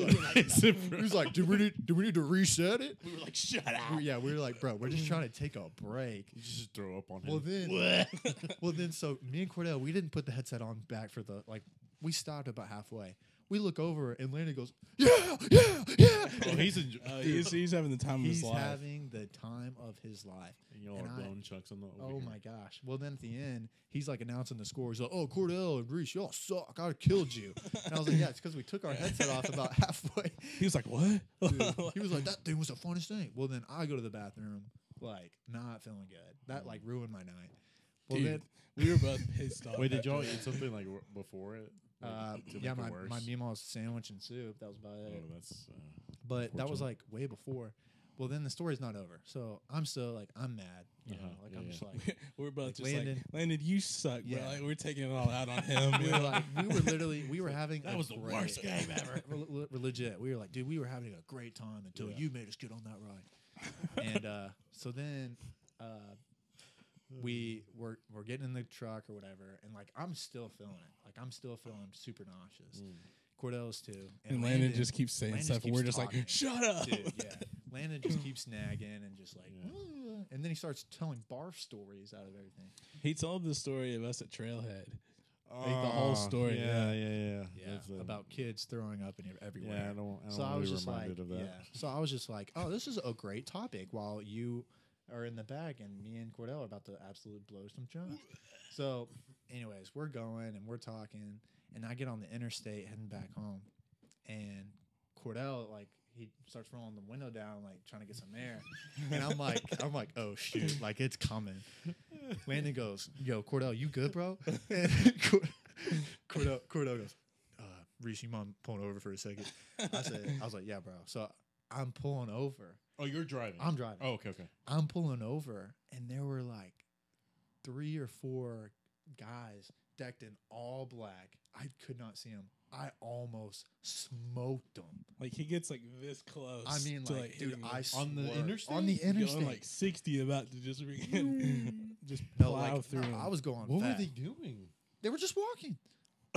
S2: like,
S3: Is it
S2: he's like, do we need do we need to reset it?
S1: we were like, shut
S2: We- yeah, we were like, bro, we're just trying to take a break.
S3: You just throw up on him.
S2: Well then,
S1: up.
S2: well then, so me and Cordell, we didn't put the headset on back for the like. We stopped about halfway. We look over and Landon goes, yeah, yeah, yeah.
S3: oh, he's enjoying.
S1: Uh, he's, he's having the time of
S2: He's
S1: his life.
S2: having the time of his life.
S3: y'all
S2: and
S3: are
S2: I-
S3: blowing chucks on the. over
S2: Oh
S3: here.
S2: my gosh. Well, then at the end, he's like announcing the score. He's like, oh, Cordell and Reese, y'all suck. I killed you. And I was like, yeah, it's because we took our headset off about halfway.
S1: he was like, what?
S2: Dude, he was like, that thing was the funnest thing. Well, then I go to the bathroom, like, not feeling good. That, like, ruined my night. Well,
S1: Dude, we were both pissed off.
S3: Wait, did
S1: after
S3: y'all
S1: that.
S3: eat something like w- before it?
S2: then,
S3: Like,
S2: uh,
S3: to
S2: yeah,
S3: make it
S2: my,
S3: worse?
S2: my meal's sandwich and soup. That was about
S3: Oh,
S2: it.
S3: that's. Uh,
S2: But that was, like,
S3: Unfortunate.
S2: way before. Well, then the story's not over. So I'm still, like, I'm mad. You
S3: Uh-huh.
S2: know, like,
S3: Yeah,
S2: I'm
S3: yeah.
S2: just like,
S1: We're both
S2: Like,
S1: just
S2: Landon-
S1: like, Landon, you suck, bro.
S2: Yeah.
S1: Like, we're taking it all out on him.
S2: we were like, we were literally, we were having
S3: That
S2: a
S3: was the
S2: great-
S3: worst game ever.
S2: Re- le- le- legit, we were like, dude, we were having a great time until
S3: Yeah.
S2: you made us get on that ride. and uh, so then uh, we were we're getting in the truck or whatever, and like I'm still feeling it. Like I'm still feeling super nauseous.
S3: Mm.
S2: Cordell's too,
S1: and Landon, just keeps saying
S2: Landon
S1: stuff. and
S2: keeps
S1: we're just
S2: talking.
S1: like, shut up.
S2: Dude, yeah. Landon just keeps nagging and just like,
S3: Yeah.
S2: "Ugh," and then he starts telling barf stories out of everything.
S1: He told the story of us at Trailhead. Like, the whole
S3: Oh,
S1: story,
S3: Yeah, yeah, yeah.
S2: Yeah,
S3: That's, uh,
S2: about kids throwing up in ev- everywhere.
S3: Yeah, I don't. I don't
S2: so I
S3: want
S2: was
S3: to be
S2: just like,
S3: reminded of that.
S2: yeah. So I was just like, oh, this is a great topic. While you are in the bag, and me and Cordell are about to absolutely blow some junk. so, anyways, we're going and we're talking, and I get on the interstate heading back home, and Cordell like he starts rolling the window down, like trying to get some air, and I'm like, I'm like, oh shoot, like it's coming. Landon goes, yo, Cordell, you good, bro? And Cord- Cordell, Cordell goes, uh, Reese, you mind pulling over for a second? I said, I was like, yeah, bro. So I'm pulling over.
S3: Oh, you're driving.
S2: I'm driving.
S3: oh, okay, okay.
S2: I'm pulling over, and there were like three or four guys decked in all black. I could not see them. I almost smoked them.
S1: Like he gets like this close.
S2: I mean,
S1: to,
S2: like, dude,
S1: hitting
S2: I
S1: us.
S3: On the
S2: swerved.
S3: interstate?
S2: on the
S3: Going,
S2: interstate,
S1: going like sixty, about to just re- just
S2: no,
S1: plow
S2: like
S1: through.
S2: I, I was going.
S3: What
S2: fast.
S3: were they doing?
S2: They were just walking.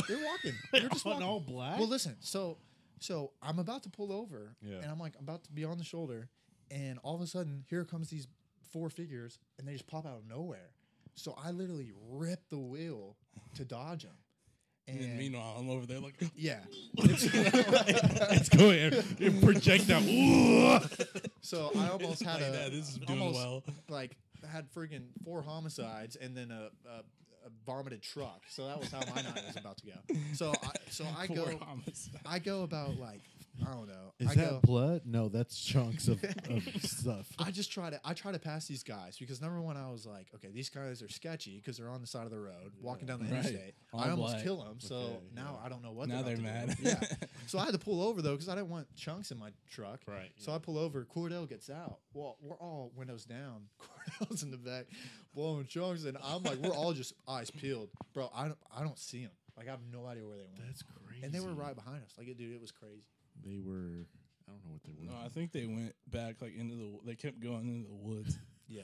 S2: They were walking. They were just
S3: On
S2: walking.
S3: all black?
S2: Well, listen. So, so I'm about to pull over,
S3: Yeah.
S2: and I'm like I'm about to be on the shoulder, and all of a sudden here comes these four figures, and they just pop out of nowhere. So I literally ripped the wheel to dodge them, and,
S1: and then meanwhile, I'm over there like,
S2: yeah.
S3: it's going. It projectile. Ooh.
S2: So I almost had
S1: like
S2: a
S1: that, this is doing
S2: almost,
S1: well.
S2: Like had friggin' four homicides and then a. a a vomited truck, so that was how my night was about to go. So, I, so I
S1: Poor
S2: go,
S1: homicide.
S2: I go about like I don't know.
S3: Is
S2: I
S3: that
S2: go,
S3: blood? No, that's chunks of, of stuff.
S2: I just try to I try to pass these guys because number one I was like okay these guys are sketchy because they're on the side of the road walking down the
S1: Right.
S2: interstate
S1: All
S2: I almost
S1: black.
S2: kill 'em, kill them so
S3: Okay,
S2: now
S3: yeah.
S2: I don't know what
S1: now
S2: they're
S1: they're
S2: about
S1: mad.
S2: to do. yeah so I had to pull over though because I didn't want chunks in my truck
S3: Right.
S2: so I pull over Cordell gets out well we're all windows down Cordell's in the back blowing chunks and I'm like we're all just eyes peeled bro I don't I don't see them like I have no idea where they went
S3: That's crazy. crazy.
S2: and they were right behind us. Like, it, dude, it was crazy.
S3: They were. I don't know what they were.
S1: No, I think they went back like into the. w- They kept going into the woods
S2: Yeah,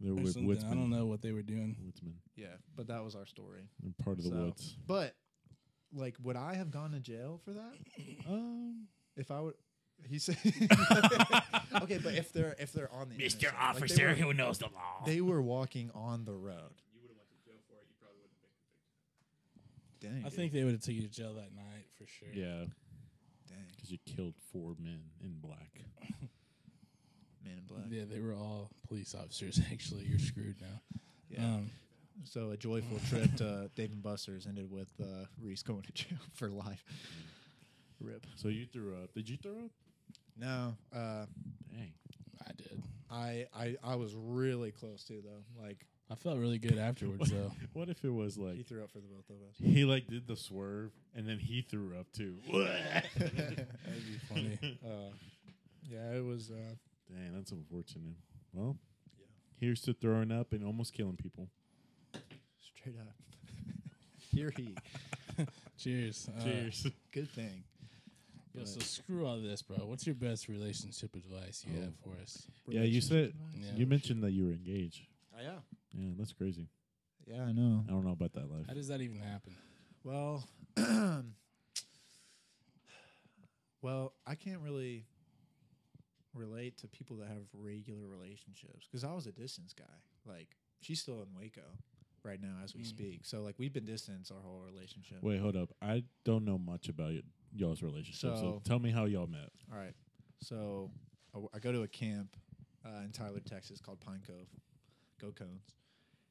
S3: they were
S1: or
S3: with
S1: something.
S3: woodsmen.
S1: I don't know what they were doing.
S3: Woodsmen.
S2: yeah. But that was our story.
S3: They're part of the
S2: So-
S3: woods.
S2: But like, would I have gone to jail for that
S3: Um.
S2: if I would? He said, "Okay, but if they're if they're on the interstate, like, they were-
S4: who knows the law.
S2: they were walking on the road.
S5: You would have went to jail for it. You probably wouldn't have been convicted.
S2: Dang,
S1: I
S2: dude.
S1: think they would have took you to jail that night for sure.
S3: Yeah,
S2: dang,
S3: because you killed four men in black.
S2: man in black.
S1: Yeah, they were all police officers. Actually, you're screwed now.
S2: Yeah.
S1: Um,
S2: So a joyful trip to Dave and Buster's ended with uh, Reese going to jail for life. Rip.
S3: So you threw up. Did you throw up?
S2: No, uh,
S3: Dang.
S1: I did.
S2: I, I I was really close to though. Like
S1: I felt really good afterwards though.
S3: What if it was
S2: he
S3: like
S2: threw up for the both of us.
S3: he like did the swerve and then he threw up too?
S1: That'd be funny.
S2: Uh, yeah, it was. Uh,
S3: Dang, that's unfortunate. Well,
S2: Yeah.
S3: here's to throwing up and almost killing people.
S2: Straight up. Here he.
S1: Cheers. Uh,
S3: Cheers.
S2: Good thing.
S1: yo, so screw all this, bro. What's your best relationship advice you have
S3: Oh.
S1: for us?
S3: yeah, you said
S1: Yeah.
S3: you mentioned that you were engaged.
S2: Oh, yeah.
S3: Yeah, that's crazy.
S2: Yeah, I know.
S3: I don't know about that life.
S1: How does that even happen?
S2: Well, well, I can't really relate to people that have regular relationships because I was a distance guy. Like she's still in Waco right now as we
S1: Mm.
S2: speak. So like we've been distance our whole relationship.
S3: Wait, hold up. I don't know much about y- y'all's relationship. So,
S2: So-
S3: tell me how y'all met.
S2: All right. So I w- I go to a camp uh, in Tyler, Texas called Pine Cove. Go Cones.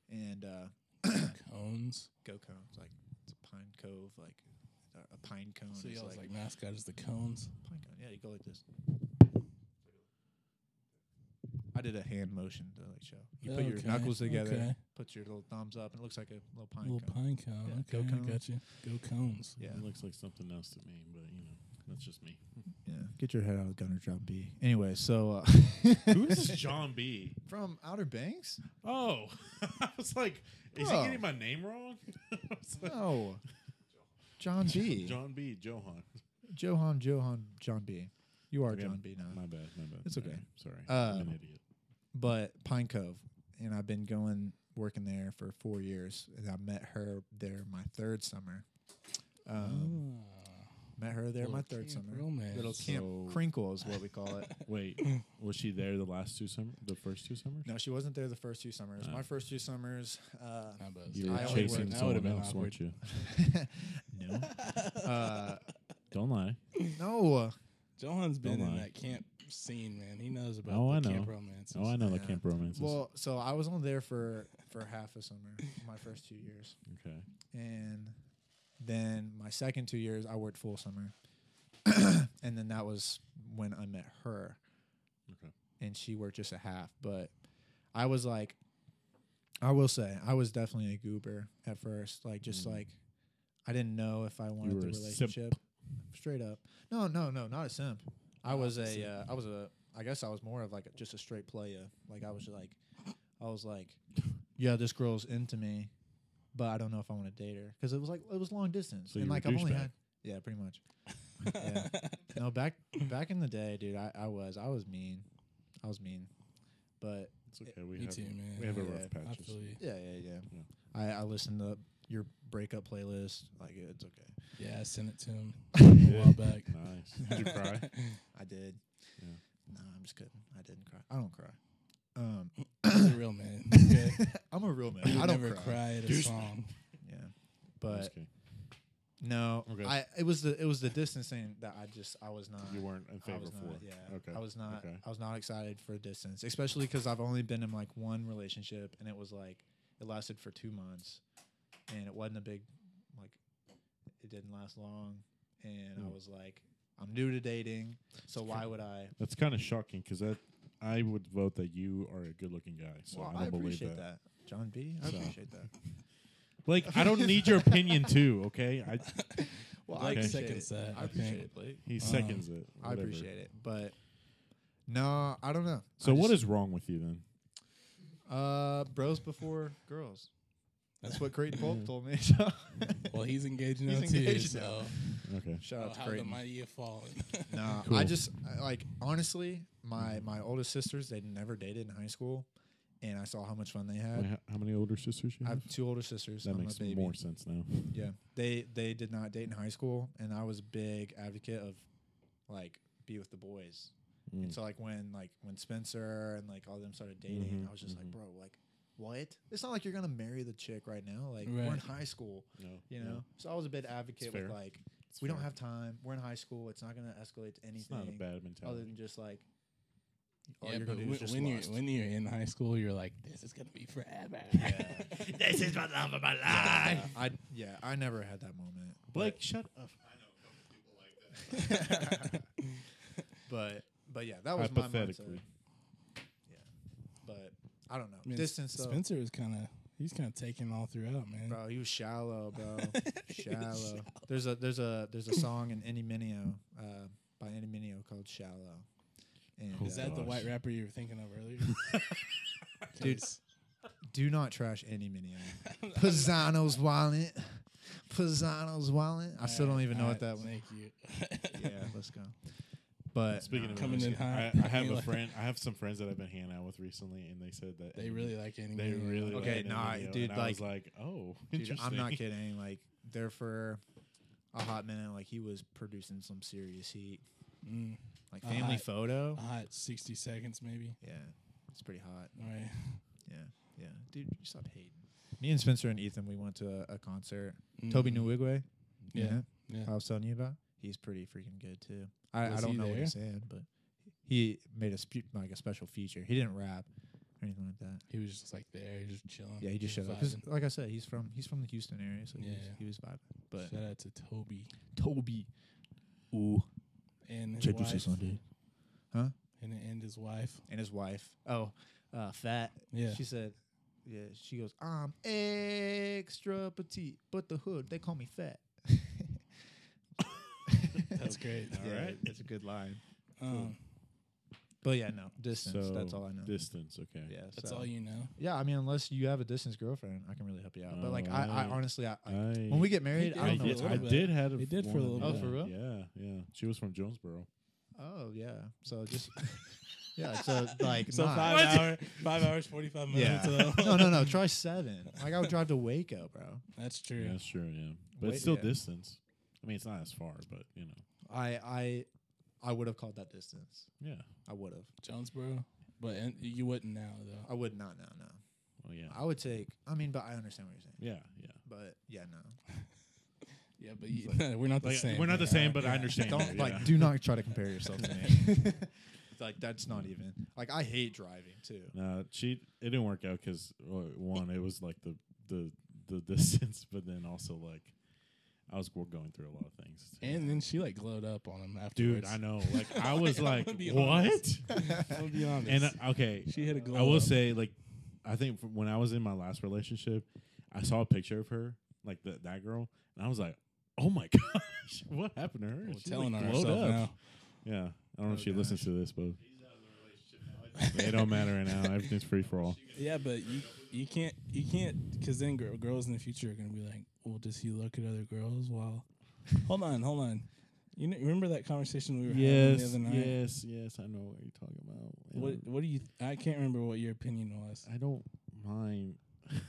S2: And uh,
S1: Cones.
S2: Go Cones, like it's a pine cove, like a- a pine cone.
S1: So
S2: is
S1: y'all's
S2: Oh, like
S1: like mascot is the cones.
S2: Pine cone. Yeah, you go like this. I did a hand motion to like show. You put your
S1: Okay,
S2: knuckles together,
S1: okay.
S2: put your little thumbs up, and it looks like a little pine
S1: Little
S2: cone.
S1: pine cone.
S2: Yeah,
S1: okay,
S2: go
S1: I
S2: cones.
S1: got you. Go cones.
S2: Yeah,
S3: It looks like something else to me, but you know, that's just me.
S2: yeah. Get your head out of Gunner John B. Anyway, so uh,
S3: Who's John B?
S2: from Outer Banks?
S3: Oh, I was like, is
S2: Oh.
S3: he getting my name wrong? I was like,
S2: No, John B.
S3: John B. Johan.
S2: Johan Johan John B. You are
S3: Okay,
S2: John
S3: I'm-
S2: B. Now.
S3: My bad. My bad.
S2: It's okay.
S3: Alright, Sorry.
S2: Uh,
S3: I'm an idiot.
S2: but Pine Cove, and I've been going working there for four years, and I met her there my third summer. Um,
S1: Ah,
S2: Met her there my
S1: little
S2: third
S1: camp
S2: summer.
S1: Romance.
S2: Little camp
S3: So-
S2: crinkle is what we call it.
S3: Wait, was she there the last two summer? The first two summers?
S2: No, she wasn't there the first two summers.
S3: Oh.
S2: My first two summers, uh,
S1: Not bad.
S3: You were
S2: I only
S3: chasing
S2: worked-
S1: That would've
S3: someone
S1: been
S3: else,
S1: awkward.
S3: weren't you?
S2: no, uh,
S3: Don't lie.
S2: no.
S1: Johan's been
S3: Don't
S1: in
S3: lie.
S1: that camp scene, man. He knows about
S3: Oh,
S1: the
S3: I
S1: camp
S3: know.
S1: romances.
S3: Oh, I know the
S2: Yeah.
S3: camp romances.
S2: Well, so I was only there for for half a summer, my first two years,
S3: okay.
S2: and then my second two years I worked full summer, and then that was when I met her.
S3: Okay.
S2: and she worked just a half. But I was like, I will say, I was definitely a goober at first. Like, just
S3: Mm.
S2: like, I didn't know if I wanted
S3: were
S2: the
S3: a simp.
S2: relationship. Straight up, no, no, no, not a simp. I was a, uh, I was a, I guess I was more of like a, just a straight player. Like I was like, I was like, yeah, this girl's into me, but I don't know if I want to date her because it was like it was long distance
S3: So
S2: and
S3: you were
S2: like
S3: a
S2: I've only
S3: douchebag.
S2: had, yeah, pretty much. Yeah. No, back back in the day, dude, I, I was I was mean, I was mean, but
S3: It's okay. We
S1: Me
S3: have
S1: too, man.
S3: we have a
S2: Yeah,
S3: rough
S1: I
S3: patch.
S1: feel you.
S2: yeah, yeah, yeah.
S3: Yeah.
S2: I I listened to your breakup playlist. Like it's okay.
S1: Yeah, I sent it to him a while back.
S3: Nice. Did you cry?
S2: I did.
S3: Yeah.
S2: No, I'm just kidding. I didn't cry. I don't cry. Um,
S1: He's a real man. Okay?
S2: I'm a real man.
S1: You
S2: I don't
S1: never
S2: cry.
S1: at a
S3: Douchebag.
S1: song.
S2: Yeah,
S3: I'm just
S2: but
S3: kidding.
S2: no,
S3: Okay.
S2: I it was the it was the distancing that I just I was not.
S3: you weren't in
S2: I
S3: favor
S2: was
S3: for.
S2: not. Yeah.
S3: Okay.
S2: I was not.
S3: Okay.
S2: I was not excited for distance, especially because I've only been in like one relationship, and it was like it lasted for two months, and it wasn't a big, like, it didn't last long, and I
S3: Mm.
S2: was like, I'm new to dating, so why would I?
S3: That's kind of shocking because that I would vote that you are a good-looking guy. So
S2: well,
S3: I don't believe
S2: appreciate
S3: that.
S2: that. John B. I
S3: So.
S2: appreciate that.
S3: Like I don't need your opinion too. Okay. I,
S2: Well,
S1: Blake
S2: I appreciate
S1: seconds
S2: it.
S1: that,
S2: I
S1: I
S2: appreciate
S1: think.
S2: it, Blake.
S3: he
S1: Um,
S3: seconds it.
S2: Uh, I
S3: whatever.
S2: appreciate it, but no, I don't know.
S3: So
S2: I
S3: what
S2: just-
S3: is wrong with you then?
S2: uh bros before girls? That's what Creighton Polk told me.
S1: Well, he's engaged now
S2: He's
S1: too.
S2: engaged
S1: so
S2: now.
S3: Okay.
S2: Shout
S1: Oh,
S2: out to
S1: how the
S2: Creighton.
S1: mighty have fallen.
S2: No,
S3: Cool.
S2: I just I- like honestly, my my oldest sisters they never dated in high school, and I saw how much fun they had.
S3: Wait, how, how many older sisters you
S2: I
S3: have?
S2: have two older sisters.
S3: that
S2: I'm a
S3: makes
S2: baby.
S3: more sense now.
S2: Yeah, they they did not date in high school, and I was a big advocate of like be with the boys. And
S3: Mm.
S2: so like when like when Spencer and like all them started dating,
S3: Mhm,
S2: I was just
S3: mhm.
S2: like, bro, like what? It's not like you're gonna marry the chick right now. Like we're in
S1: Right.
S2: high school,
S3: No,
S2: you
S3: no,
S2: know. So I was a big advocate with
S3: fair.
S2: like
S3: it's
S2: we don't
S3: fair.
S2: have time. We're in high school. It's not gonna escalate to anything
S3: It's not a bad
S2: other
S3: mentality.
S2: than just like all
S1: yeah,
S2: you're
S1: but
S2: gonna do
S1: when,
S2: is just
S1: when you're
S2: lust.
S1: when you're in high school, you're like, this is gonna be forever.
S2: Yeah.
S1: this is my love of my
S2: yeah, I yeah, I never had that moment.
S3: Blake, shut
S5: I know
S3: up.
S5: a couple people like that.
S2: but but yeah, that was my mindset.
S3: Hypothetically.
S2: But I don't know
S1: I mean,
S2: distance though.
S1: Spencer was kind of he's kind of taken all throughout, man.
S2: Bro, he was shallow, bro.
S1: He was
S2: shallow. There's a there's a there's a song in Iniminio, uh by Iniminio called Shallow. And uh,
S3: Oh,
S1: Is that the
S3: gosh.
S1: white rapper you were thinking of earlier?
S2: Dude.
S1: 'Cause
S2: do not trash Iniminio.
S1: I don't know.
S2: Pisano's wallet. Pisano's wallet. I still don't
S1: Alright,
S2: even know what that
S1: alright,
S2: was.
S1: Thank
S2: Yeah,
S1: you.
S2: let's go. But uh,
S3: Speaking of
S1: Coming in
S3: music, I,
S1: hot.
S3: I have a
S1: Like-
S3: friend. I have some friends that I've been hanging out with recently, and they said that
S1: they really like anime.
S3: they really
S2: Okay,
S3: like
S2: nah,
S3: Emilio,
S2: dude,
S3: And I was like, oh,
S2: Dude, I'm not
S3: interesting.
S2: kidding. Like there for a hot minute, like he was producing some serious heat.
S1: Mm,
S2: Like
S1: A
S2: Family
S1: hot-
S2: Photo.
S1: a hot sixty seconds maybe.
S2: yeah, it's pretty hot.
S1: All right.
S2: Yeah, yeah, dude, you stop hating. Me and Spencer and Ethan, we went to a, a concert.
S1: Mm.
S2: Toby Newigwe.
S1: Mm-hmm. Yeah,
S2: you know,
S1: yeah.
S2: I was telling you about. He's pretty freaking good too. I, I
S1: Was
S2: don't
S1: he
S2: know what he
S1: there?
S2: said, but he made a spe- like a special feature. He didn't rap or anything like that.
S1: He was just like there, just chilling.
S2: Yeah, he just showed up. 'Cause like I said, he's from he's from the Houston area, so he, was,
S1: Yeah.
S2: he was vibing.
S1: But
S2: But
S1: Shout out to Toby
S2: Toby, ooh,
S1: and his
S2: check
S1: wife.
S2: this Sunday, huh?
S1: And and his wife.
S2: And his wife. Oh, uh, fat.
S1: Yeah.
S2: She said, yeah, she goes, I'm extra petite, but the hood, they call me fat.
S1: That's great.
S3: All right.
S2: That's a good line.
S1: Um,
S2: But yeah, no, distance.
S3: So
S2: that's all I know.
S3: Distance, okay.
S2: yeah,
S1: that's
S2: so-
S1: all you know.
S2: Yeah, I mean, unless you have a distance girlfriend, I can really help you out. But like, I, I
S3: Alright.
S2: honestly, I, I
S3: I,
S2: when we get married,
S1: did
S2: I don't
S1: for a
S2: know. what's
S1: little
S3: I
S2: happening.
S1: bit.
S3: did have.
S1: They did for a
S3: one
S1: little
S3: of
S2: bit. Oh, for
S3: that.
S2: real?
S3: Yeah, yeah. She was from Jonesboro.
S2: Oh yeah. So just yeah. So like
S1: So
S2: not-
S1: five hour, five hours, forty five
S2: Yeah.
S1: minutes.
S2: no, no, no. Try seven. Like I would drive to Waco, bro.
S1: That's true.
S3: Yeah, that's true. Yeah, but
S2: Wait,
S3: it's still
S2: yeah.
S3: distance. I mean, it's not as far, but you know,
S2: I I I would have called that distance.
S3: yeah.
S2: I would have.
S1: Jonesboro, but and you wouldn't now though.
S3: Oh.
S2: I would not. No, no.
S3: Well, yeah,
S2: I would take. I mean, but I understand what you're saying.
S3: yeah, yeah.
S2: But yeah, no.
S1: Yeah, but you, we're not the
S3: Like,
S1: same.
S3: we're not the
S1: man.
S3: same, but I understand.
S2: Don't
S3: it,
S2: like.
S3: yeah.
S2: Do not try to compare yourself to me. It's like that's not even. Like I hate driving too.
S3: No, she it didn't work out because one, it was like the the the distance, but then also like I was go- going through a lot of things. too.
S1: And then she like glowed up on him afterwards.
S3: dude, I know. Like I was
S1: I'm
S3: like,
S1: gonna be
S3: what?
S1: honest. I'll be honest.
S3: and uh, okay,
S1: she had a glow.
S3: I will
S1: up.
S3: say like I think from when I was in my last relationship, I saw a picture of her, like the, that girl, and I was like, oh my gosh, what happened to her?
S1: we're
S3: She,
S1: telling
S3: like,
S1: on
S3: glowed
S1: ourselves
S3: up.
S1: now.
S3: Yeah, I don't know
S2: Oh,
S3: if she
S2: gosh.
S3: listens to this, but
S5: He's out of the relationship now. I
S3: it don't matter right now. Everything's free for all.
S1: Yeah, but you you can't you can't because then gir- girls in the future are gonna be like, well, does he look at other girls? Well, hold on, hold on. You kn- remember that conversation we were having the
S3: Yes,
S1: other night?
S3: yes, yes. I know what you're talking about. And
S1: What what do you? I can't remember what your opinion was.
S3: I don't mind. this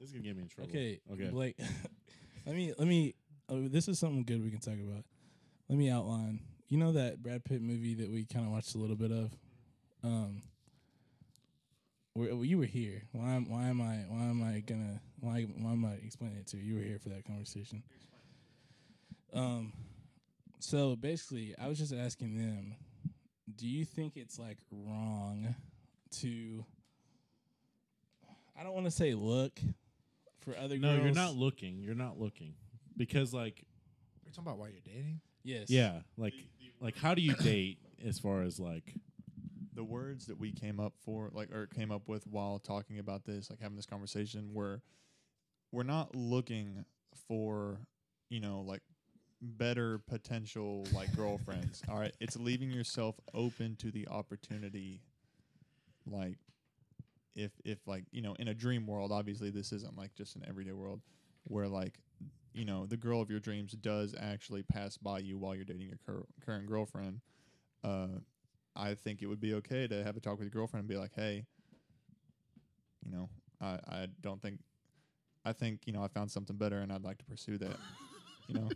S3: is gonna get me in trouble.
S1: Okay,
S3: Okay.
S1: Blake, let me let me. Oh, this is something good we can talk about. Let me outline. You know that Brad Pitt movie that we kind of watched a little bit of. Um, where well, you were here. Why am why am I why am I gonna why why am I explaining it to you? You were here for that conversation. Um, so basically, I was just asking them, do you think it's like wrong to? I don't want to say look for other
S3: No,
S1: girls.
S3: you're not looking. You're not looking because, like,
S2: You're talking about why you're dating.
S1: Yes.
S3: yeah, like, like, how do you date as far as like?
S4: the words that we came up for like or came up with while talking about this like having this conversation were we're not looking for you know like better potential like girlfriends all right it's leaving yourself open to the opportunity like if if like you know in a dream world obviously this isn't like just an everyday world where like you know the girl of your dreams does actually pass by you while you're dating your cur- current girlfriend, uh, I think it would be okay to have a talk with your girlfriend and be like, hey, you know, I I don't think. I think you know I found something better, and I'd like to pursue that. You know,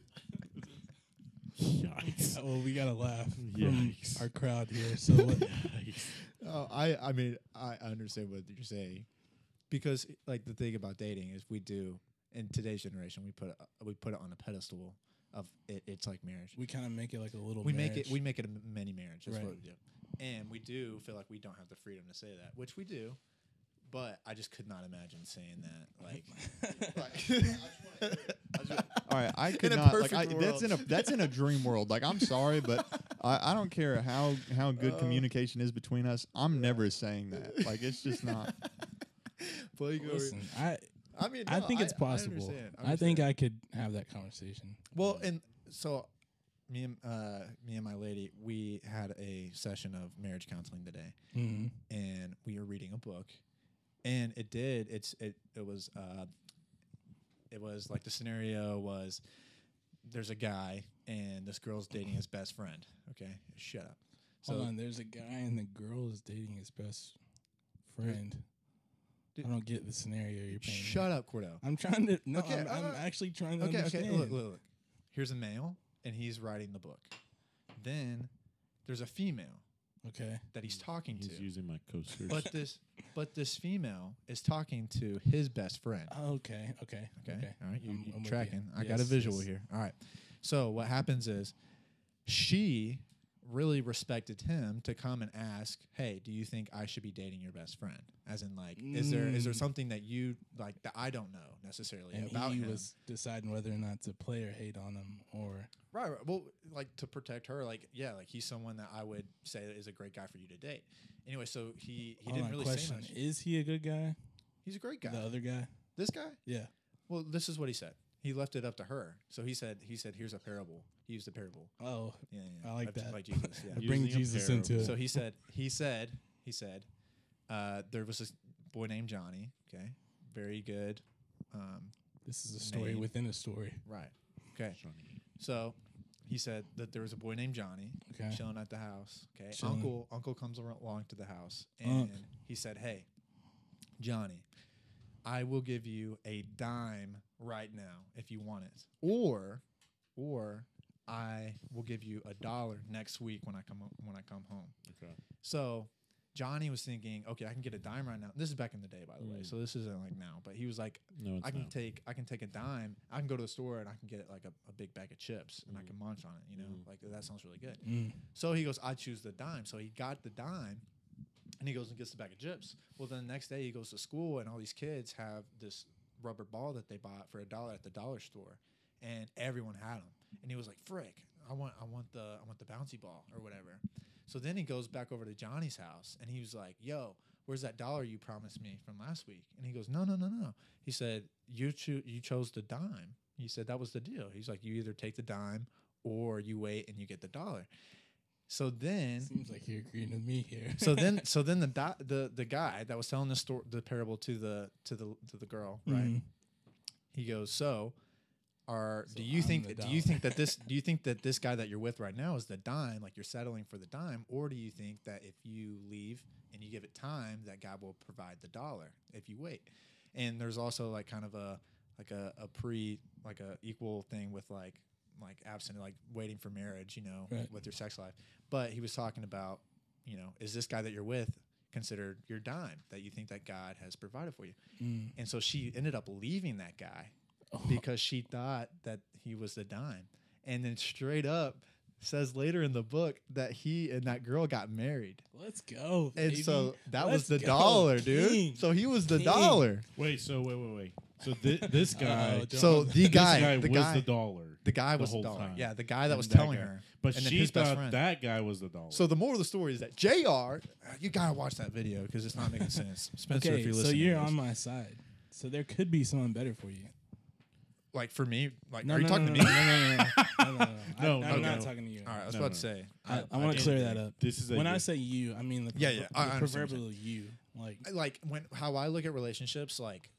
S3: Yikes.
S1: well, Oh, we got to laugh from
S3: Yikes.
S1: our crowd here. So what,
S3: Yikes.
S2: Oh, I I mean I I understand what you're saying because like the thing about dating is we do in today's generation we put it- we put it on a pedestal of it, it's like marriage.
S1: we kind of make it like a little.
S2: We make it
S1: marriage.
S2: we make it a m- mini marriage. That's
S1: Right.
S2: what we do, and we do feel like we don't have the freedom to say that, which we do. But I just could not imagine saying that like. like
S4: All right, I could
S2: In a
S4: not like I,
S2: perfect
S4: that's
S2: world.
S4: in a that's in a dream world. Like I'm sorry, but I, I don't care how how good
S2: Oh.
S4: communication is between us. I'm never saying that. Like it's just not.
S2: Blake over-
S1: Listen, I
S2: I mean,
S1: I
S2: no,
S1: think it's possible.
S2: understand,
S1: I think
S2: understand.
S1: I could have that conversation.
S2: Well, and so me and uh, me and my lady, we had a session of marriage counseling today,
S1: Mhm.
S2: and we were reading a book, and it did. It's it it was uh, it was like the scenario was there's a guy and this girl's dating his best friend. Okay, shut up. So
S1: Hold on, there's a guy and the girl is dating his best friend.
S2: Dude.
S1: I don't get the scenario you're painting.
S2: shut up, Cordell.
S1: I'm trying to. No,
S2: Okay,
S1: I'm,
S2: all
S1: I'm
S2: right.
S1: actually trying to
S2: Okay,
S1: understand.
S2: okay. Look, look, look. Here's a male, and he's writing the book. Then there's a female
S1: Okay.
S2: that he's talking
S3: He's
S2: to.
S3: using my coaster.
S2: but this but this female is talking to his best friend.
S1: Okay. Okay.
S2: Okay. All right. You,
S1: I'm-
S2: you
S1: I'm with you.
S2: tracking. I got a
S1: Yes,
S2: visual
S1: yes.
S2: here. All right. So what happens is she really respected him to come and ask, Hey, do you think I should be dating your best friend? As in like, is there is there
S1: Mm.
S2: something that you like that I don't know necessarily
S1: And
S2: about
S1: he
S2: him?
S1: was deciding whether or not to play or hate on him, or
S2: Right, right. Well, like to protect her, like yeah, like he's someone that I would say is a great guy for you to date. Anyway, so he he
S1: Hold
S2: didn't
S1: on,
S2: really say
S1: question:
S2: much.
S1: Is he a good guy?
S2: He's a great guy.
S1: The other guy?
S2: This guy?
S1: Yeah.
S2: Well, this is what he said. He left it up to her. So he said, he said, here's a parable. He used a parable.
S1: Oh,
S2: Yeah, yeah, yeah.
S1: I like
S2: Up to-
S1: that.
S2: Like Jesus, yeah.
S3: Using
S1: bring
S3: a
S1: Jesus
S3: parable.
S1: into it.
S2: So he said, he said, he said, uh, there was this boy named Johnny. Okay, very good. Um,
S1: this is a story
S2: Name.
S1: within a story.
S2: right. Okay.
S3: Johnny.
S2: So he said that there was a boy named Johnny
S1: Okay.
S2: chilling at the house. Okay,
S1: Chilling.
S2: uncle uncle comes ar- along to the house and
S1: Unc.
S2: he said, "Hey, Johnny, I will give you a dime right now if you want it, or or I will give you a dollar next week when I come o- when I come home."
S3: Okay.
S2: So Johnny was thinking, "Okay, I can get a dime right now." This is back in the day, by the way,
S3: Mm.
S2: so this isn't like now. But he was like,
S3: No, it's
S2: I can
S3: not.
S2: take I can take a dime. I can go to the store and I can get like a, a big bag of chips and I
S3: Mhm.
S2: can munch on it. You know,
S3: Mhm.
S2: like that sounds really good.
S1: Mm.
S2: So he goes, I choose the dime. So he got the dime, and he goes and gets the bag of chips. Well, then the next day he goes to school and all these kids have this rubber ball that they bought for a dollar at the dollar store, and everyone had them. And he was like, "Frick, I want I want the I want the bouncy ball or whatever." So then he goes back over to Johnny's house and he was like, "Yo." Where's that dollar you promised me from last week? And he goes, No, no, no, no. He said, "You cho- you chose the dime." He said that was the deal. He's like, "You either take the dime or you wait and you get the dollar." So then,
S1: Seems like you're agreeing with me here.
S2: so then, so then the do- the the guy that was telling the story, the parable to the to the to the girl,
S1: Mhm.
S2: right? He goes, "So, are
S1: So
S2: do you
S1: I'm the
S2: think do you
S1: dollar."
S2: think that this do you think that this guy that you're with right now is the dime? Like you're settling for the dime, or do you think that if you leave and you give it time, that God will provide the dollar if you wait?" And there's also like kind of a like a, a pre like a equal thing with like like absent like waiting for marriage, you know,
S1: Right.
S2: with your sex life. But he was talking about, you know, is this guy that you're with considered your dime that you think that God has provided for you?
S1: Mm.
S2: And so she ended up leaving that guy
S1: Oh.
S2: because she thought that he was the dime. And then straight up says later in the book that he and that girl got married.
S1: Let's go.
S2: And
S1: baby.
S2: so that
S1: Let's
S2: was the
S1: go,
S2: dollar,
S1: King.
S2: dude. So he was the
S1: King.
S2: dollar.
S3: Wait, so wait, wait, wait. So thi-
S1: Oh,
S3: this guy,
S1: Uh-oh,
S3: this
S2: So
S1: John.
S2: the guy,
S3: guy
S2: the
S3: was
S2: guy,
S3: the
S2: the,
S3: dollar,
S2: guy
S3: the
S2: was the,
S3: whole
S2: dollar.
S3: time.
S2: Yeah, the guy that
S3: And
S2: was
S3: that
S2: telling
S3: guy.
S2: her.
S3: but
S2: and then
S3: she
S2: his best
S3: thought
S2: friend.
S3: that guy was the dollar.
S2: So the moral of the story is that Jr. You gotta watch that video because it's not making sense. Spencer,
S1: okay,
S2: if you're
S1: so
S2: listening,
S1: you're
S2: to this.
S1: on my side. So there could be someone better for you.
S2: like for me, like
S1: No,
S2: are you
S1: no,
S2: talking
S1: no,
S2: to
S1: no,
S2: me?
S1: No, no, no, no, no, no, no, no, no.
S3: No,
S1: I, am
S3: no,
S1: not
S3: no.
S1: talking to you.
S2: All right, I was
S3: No,
S2: about
S3: no.
S2: to say.
S1: I, I want to
S2: didn't
S1: clear
S2: think-
S1: that up.
S3: this is a
S1: When I
S3: good-
S1: say you, I mean the,
S2: Yeah,
S1: prover-
S2: yeah, I-
S1: the
S2: I understand what you're
S1: proverbial you. Like,
S2: like when how I look at relationships, like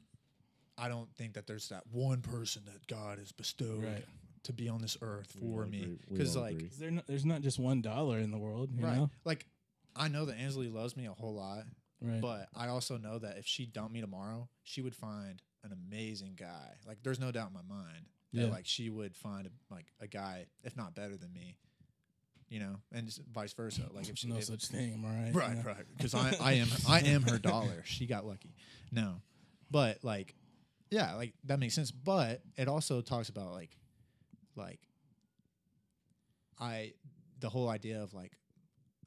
S2: I don't think that there's that one person that God has bestowed
S1: Right.
S2: to be on this earth
S3: We
S2: for
S3: all
S2: me.
S3: agree. We
S2: Because
S3: all
S2: like,
S3: agree.
S1: 'Cause there no- there's not just one dollar in the world, you
S2: right,
S1: know?
S2: like I know that Ansley loves me a whole lot,
S1: Right.
S2: but I also know that if she dumped me tomorrow, she would find an amazing guy. Like, there's no doubt in my mind that
S1: Yeah.
S2: like she would find a, like a guy, if not better than me, you know, and just vice versa. Like, if she
S1: no
S2: if-
S1: such thing, am I right?
S2: right,
S1: You know?
S2: right, because I, I am I am her dollar. She got lucky. No, but like, yeah, like that makes sense. But it also talks about like, like, I the whole idea of like,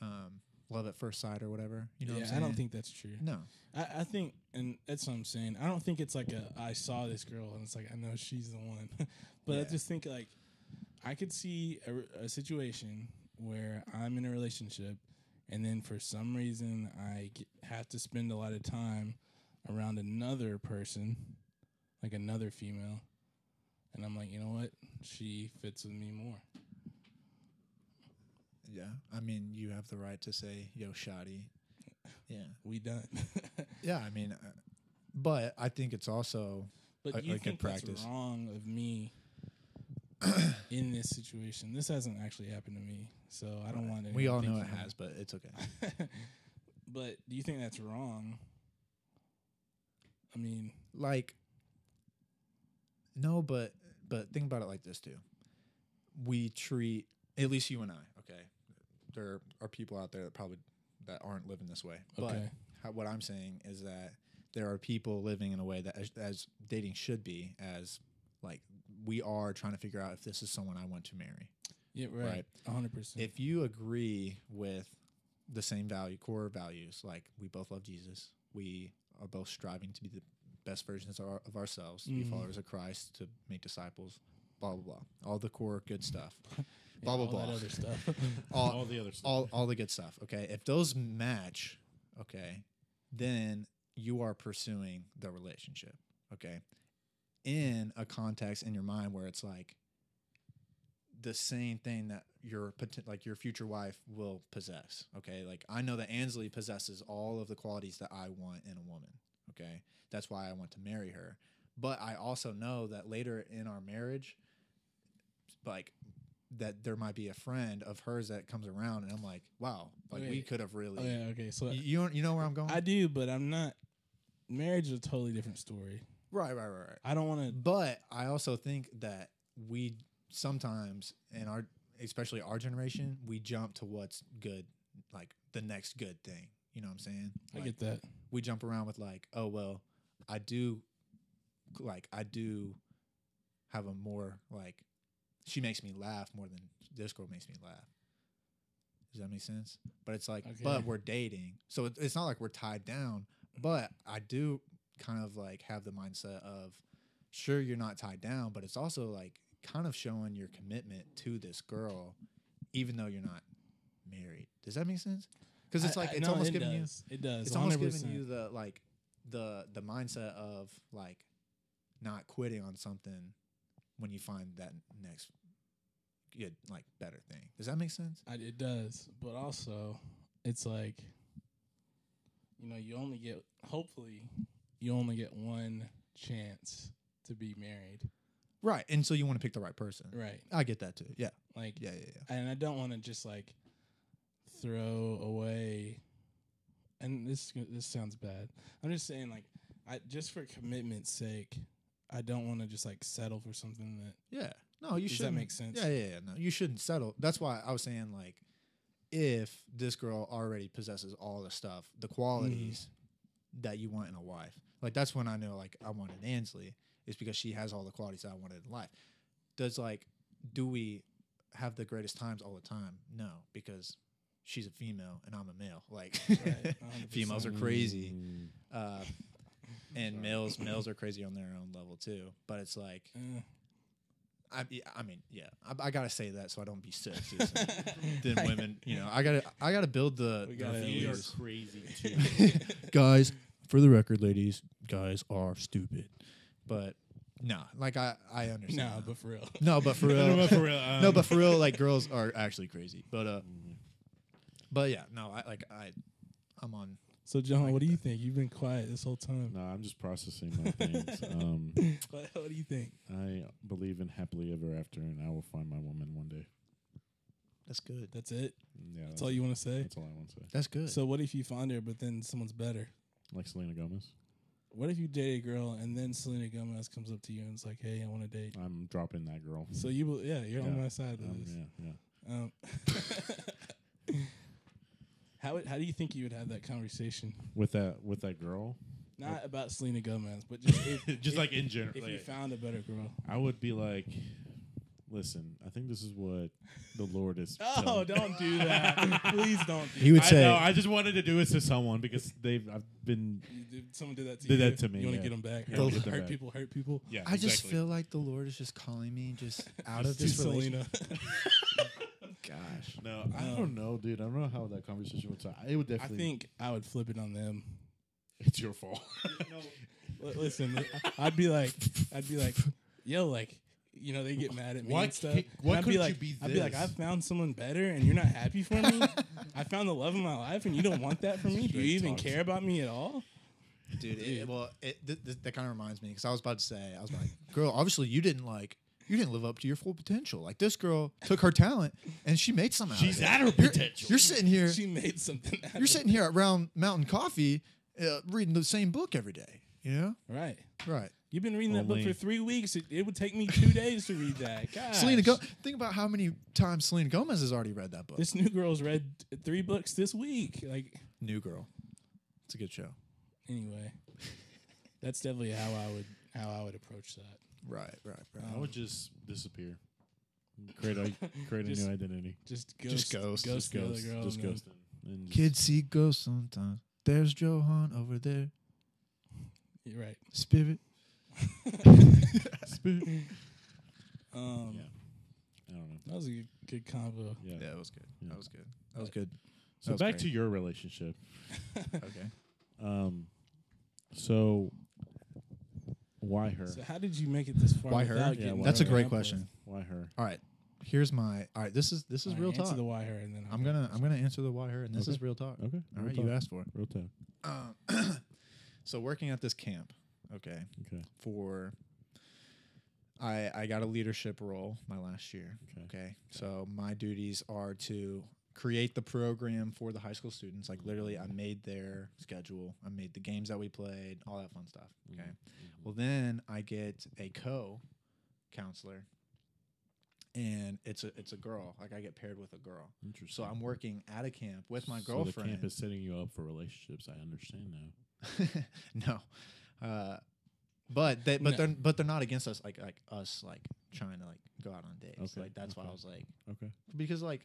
S2: um, love at first sight or whatever. You know, what I'm
S1: yeah, I don't
S2: saying?
S1: think that's true.
S2: no.
S1: I, I think, and that's what I'm saying. I don't think it's like a I saw this girl and it's like I know she's the one, but I
S2: Yeah.
S1: just think like I could see a, r- a situation where I'm in a relationship, and then for some reason I g- have to spend a lot of time around another person, like another female, and I'm like, you know what, she fits with me more.
S2: Yeah, I mean, you have the right to say "yo, shoddy." Yeah,
S1: We done.
S2: yeah. I mean, uh, but I think it's also
S1: But
S2: I-
S1: do you
S2: I could
S1: think that's
S2: practice.
S1: wrong of me in this situation? This hasn't actually happened to me, so I don't want.
S2: we all
S1: anyone
S2: know it
S1: thinking
S2: has, but it's okay.
S1: that. but do you think that's wrong? I mean,
S2: like no but but think about it like this too we treat at least you and i okay there are people out there that probably that aren't living this way
S1: Okay.
S2: but how, what i'm saying is that there are people living in a way that as, as dating should be as like we are trying to figure out if this is someone i want to marry
S1: yeah, right,
S2: Right.
S1: a hundred percent.
S2: if you agree with the same value, core values, like we both love Jesus, we are both striving to be the best versions of, our, of ourselves, to be
S1: Mhm.
S2: followers of Christ, to make disciples, blah blah blah, all the core good stuff, blah blah
S1: all
S2: blah,
S1: That other stuff.
S2: all,
S3: all the other stuff.
S2: all all the good stuff. Okay, if those match, okay, then you are pursuing the relationship. Okay, in a context in your mind where it's like the same thing that your poten- like your future wife will possess. Okay, like I know that Ansley possesses all of the qualities that I want in a woman. Okay, that's why I want to marry her. But I also know that later in our marriage, like that there might be a friend of hers that comes around, and I'm like, wow, like we
S1: Okay.
S2: could have really.
S1: oh, yeah. Okay. So
S2: Y- You don't- you know where I'm going?
S1: I do, but I'm not. Marriage is a totally different story.
S2: right, right, right, right.
S1: I don't want to.
S2: But I also think that we sometimes in our especially our generation, we jump to what's good, like the next good thing. You know what I'm saying?
S1: I
S2: Like,
S1: get that.
S2: we jump around with like, oh well, I do like I do have a more like she makes me laugh more than this girl makes me laugh. Does that make sense? But it's like, but
S1: Okay.
S2: we're dating, so it, it's not like we're tied down. But I do kind of like have the mindset of, sure, you're not tied down, but it's also like kind of showing your commitment to this girl, even though you're not married. Does that make sense? Because it's
S1: I-
S2: like
S1: I-
S2: it's
S1: no,
S2: almost
S1: it
S2: giving you
S1: does. It does.
S2: it's almost giving you the like the the mindset of like not quitting on something when you find that next good like better thing. Does that make sense?
S1: I, it does, but also it's like you know you only get hopefully you only get one chance to be married,
S2: Right. And so you want to pick the right person.
S1: right?
S2: I get that too. Yeah.
S1: Like,
S2: Yeah. Yeah. Yeah.
S1: and I don't want to just like throw away. And this this sounds bad. I'm just saying like I just for commitment's sake, I don't want to just like settle for something that
S2: Yeah. No, you
S1: Does that
S2: shouldn't.
S1: make sense?
S2: Yeah, yeah, yeah. No, you shouldn't settle. That's why I was saying like, if this girl already possesses all the stuff, the qualities
S1: Mm-hmm.
S2: that you want in a wife, like that's when I know like I wanted Ansley is because she has all the qualities that I wanted in life. Does like, do we have the greatest times all the time? No, because she's a female and I'm a male. Like,
S1: Right, 100%.
S2: females are crazy
S3: Mm.
S2: uh, and males males are crazy on their own level too. But it's like
S1: uh,
S2: I, yeah, I mean, yeah, I, I gotta say that so I don't be sexist. then women, you know, I gotta I gotta build the,
S1: We
S2: the
S1: gotta-
S3: We are
S2: views.
S3: crazy too.
S2: guys. For the record, ladies, guys are stupid. But nah, like I I understand.
S1: nah,
S2: that.
S1: but for real.
S2: no, but for real,
S3: No, but for real, um, mm,
S2: no, but for real, like girls are actually crazy. But uh, but yeah, no, I like I I'm on
S1: So John, what do you think? You've been quiet this whole time.
S3: No, I'm just processing my things. Um,
S1: what, what do you think?
S3: I believe in happily ever after, and I will find my woman one day.
S2: That's good.
S1: That's it.
S3: Yeah,
S1: That's all you want to say.
S3: That's all I want to say.
S2: That's good.
S1: So what if you find her, but then someone's better?
S3: Like Selena Gomez,
S1: What if you date a girl and then Selena Gomez comes up to you and is like, "Hey, I want to date."
S3: I'm dropping that girl.
S1: So you, bel- yeah, you're on
S3: Yeah.
S1: my side of
S3: Um,
S1: this.
S3: yeah, yeah.
S1: Um, how would, how do you think you would have that conversation?
S3: With that, with that girl,
S1: Not about Selena Gomez, but just if,
S3: just
S1: if-
S3: like in general,
S1: if you
S3: like,
S1: found a better girl.
S3: I would be like, listen, I think this is what the Lord is.
S1: Oh,
S3: telling me."
S1: don't do that! Please don't. Do
S2: He would
S3: I
S2: say,
S3: know. I just wanted to do it to someone because they've. I've been.
S1: You did- someone did that to
S3: Did
S1: you.
S3: that to me,
S1: You want
S3: yeah.
S1: to get them back?
S3: Yeah,
S1: hurt
S3: get 'em
S1: hurt
S3: back.
S1: people. Hurt people.
S3: Yeah,
S2: I just
S3: exactly.
S2: feel like the Lord is just calling me just out of
S1: To
S2: this relationship.
S1: Selena.
S2: Gosh.
S3: No, I
S1: No.
S3: don't know, dude. I don't know how that conversation would. Start. It would
S1: I
S3: definitely.
S1: think I would flip it on them.
S3: it's your fault.
S1: L- listen, I- I'd be like, I'd be like, yo, like, you know, they get mad at me
S3: Why
S1: and stuff.
S3: can't-
S1: and
S3: why
S1: I'd be
S3: couldn't
S1: like,
S3: you be
S1: I'd be like,
S3: this?
S1: I found someone better, and you're not happy for me. I found the love of my life, and you don't want that for me. Do
S3: Straight
S1: you even
S3: talk.
S1: care about me at all?
S2: dude. It, well, it, th- th- that kind of reminds me because I was about to say, I was like, girl, obviously you didn't like, you didn't live up to your full potential. Like this girl took her talent and she made some out
S3: She's
S2: of it.
S3: at her
S2: You're-
S3: potential.
S2: You're sitting here,
S1: She made something. Out
S2: you're
S1: of
S2: sitting here at Round Mountain Coffee, uh, reading the same book every day. You know,
S1: it. right.
S2: right?
S1: You've been reading that book
S3: Only-
S1: for three weeks. It, it would take me two days to read that. Gosh.
S2: Selena, Go- think about how many times Selena Gomez has already read that book.
S1: This new girl's read three books this week. Like,
S2: New Girl, it's a good show,
S1: anyway, that's definitely how I would how I would approach that.
S2: right? Right? Right?
S3: I would just disappear. Create a create
S1: Just-
S3: a new identity.
S1: Just ghost,
S2: Just ghost,
S1: ghost, the other
S3: Ghost.
S1: girl
S3: just
S1: and then-
S3: ghost them. And just-
S2: Kids see ghosts sometimes. There's Johan over there.
S1: You're right.
S2: Spirit.
S1: Um,
S3: Yeah. I don't know.
S1: That was a good, good combo.
S3: Yeah.
S2: that was good.
S3: Yeah.
S2: was good. Mm. That was good.
S3: So
S2: was
S3: back
S2: great.
S3: to your relationship.
S2: Okay.
S3: Um. So, why her?
S1: So how did you make it this far?
S2: Why her?
S1: without
S3: Yeah,
S1: getting
S3: why
S2: That's a
S3: her?
S1: broken
S2: great
S1: up
S2: question.
S1: with?
S3: Why her?
S2: All right. Here's my. All right. This is this is
S1: All right,
S2: real
S1: answer
S2: talk.
S1: the why her, and then
S2: I'm gonna I'm gonna answer the why her, and this is
S3: Okay.
S2: real talk.
S3: Okay.
S2: All
S3: real
S2: right.
S3: talk.
S2: You asked for it.
S3: Real talk.
S2: Um, so working at this camp. Okay.
S3: Okay.
S2: For. I I got a leadership role my last year.
S3: Okay.
S2: Okay. So my duties are to create the program for the high school students. Like literally, I made their schedule. I made the games that we played, all that fun stuff. Okay.
S3: Mm,
S2: Well, then I get a co counselor, and it's a it's a girl. Like I get paired with a girl. So
S3: Interesting.
S2: I'm working at a camp with my
S3: So the
S2: girlfriend.
S3: camp is setting you up for relationships. I understand now.
S2: no, uh, but they but
S1: No.
S2: they're but they're not against us like like us like trying to like go out on dates.
S3: Okay,
S2: Like that's why
S3: okay.
S2: I was like
S3: Okay.
S2: because like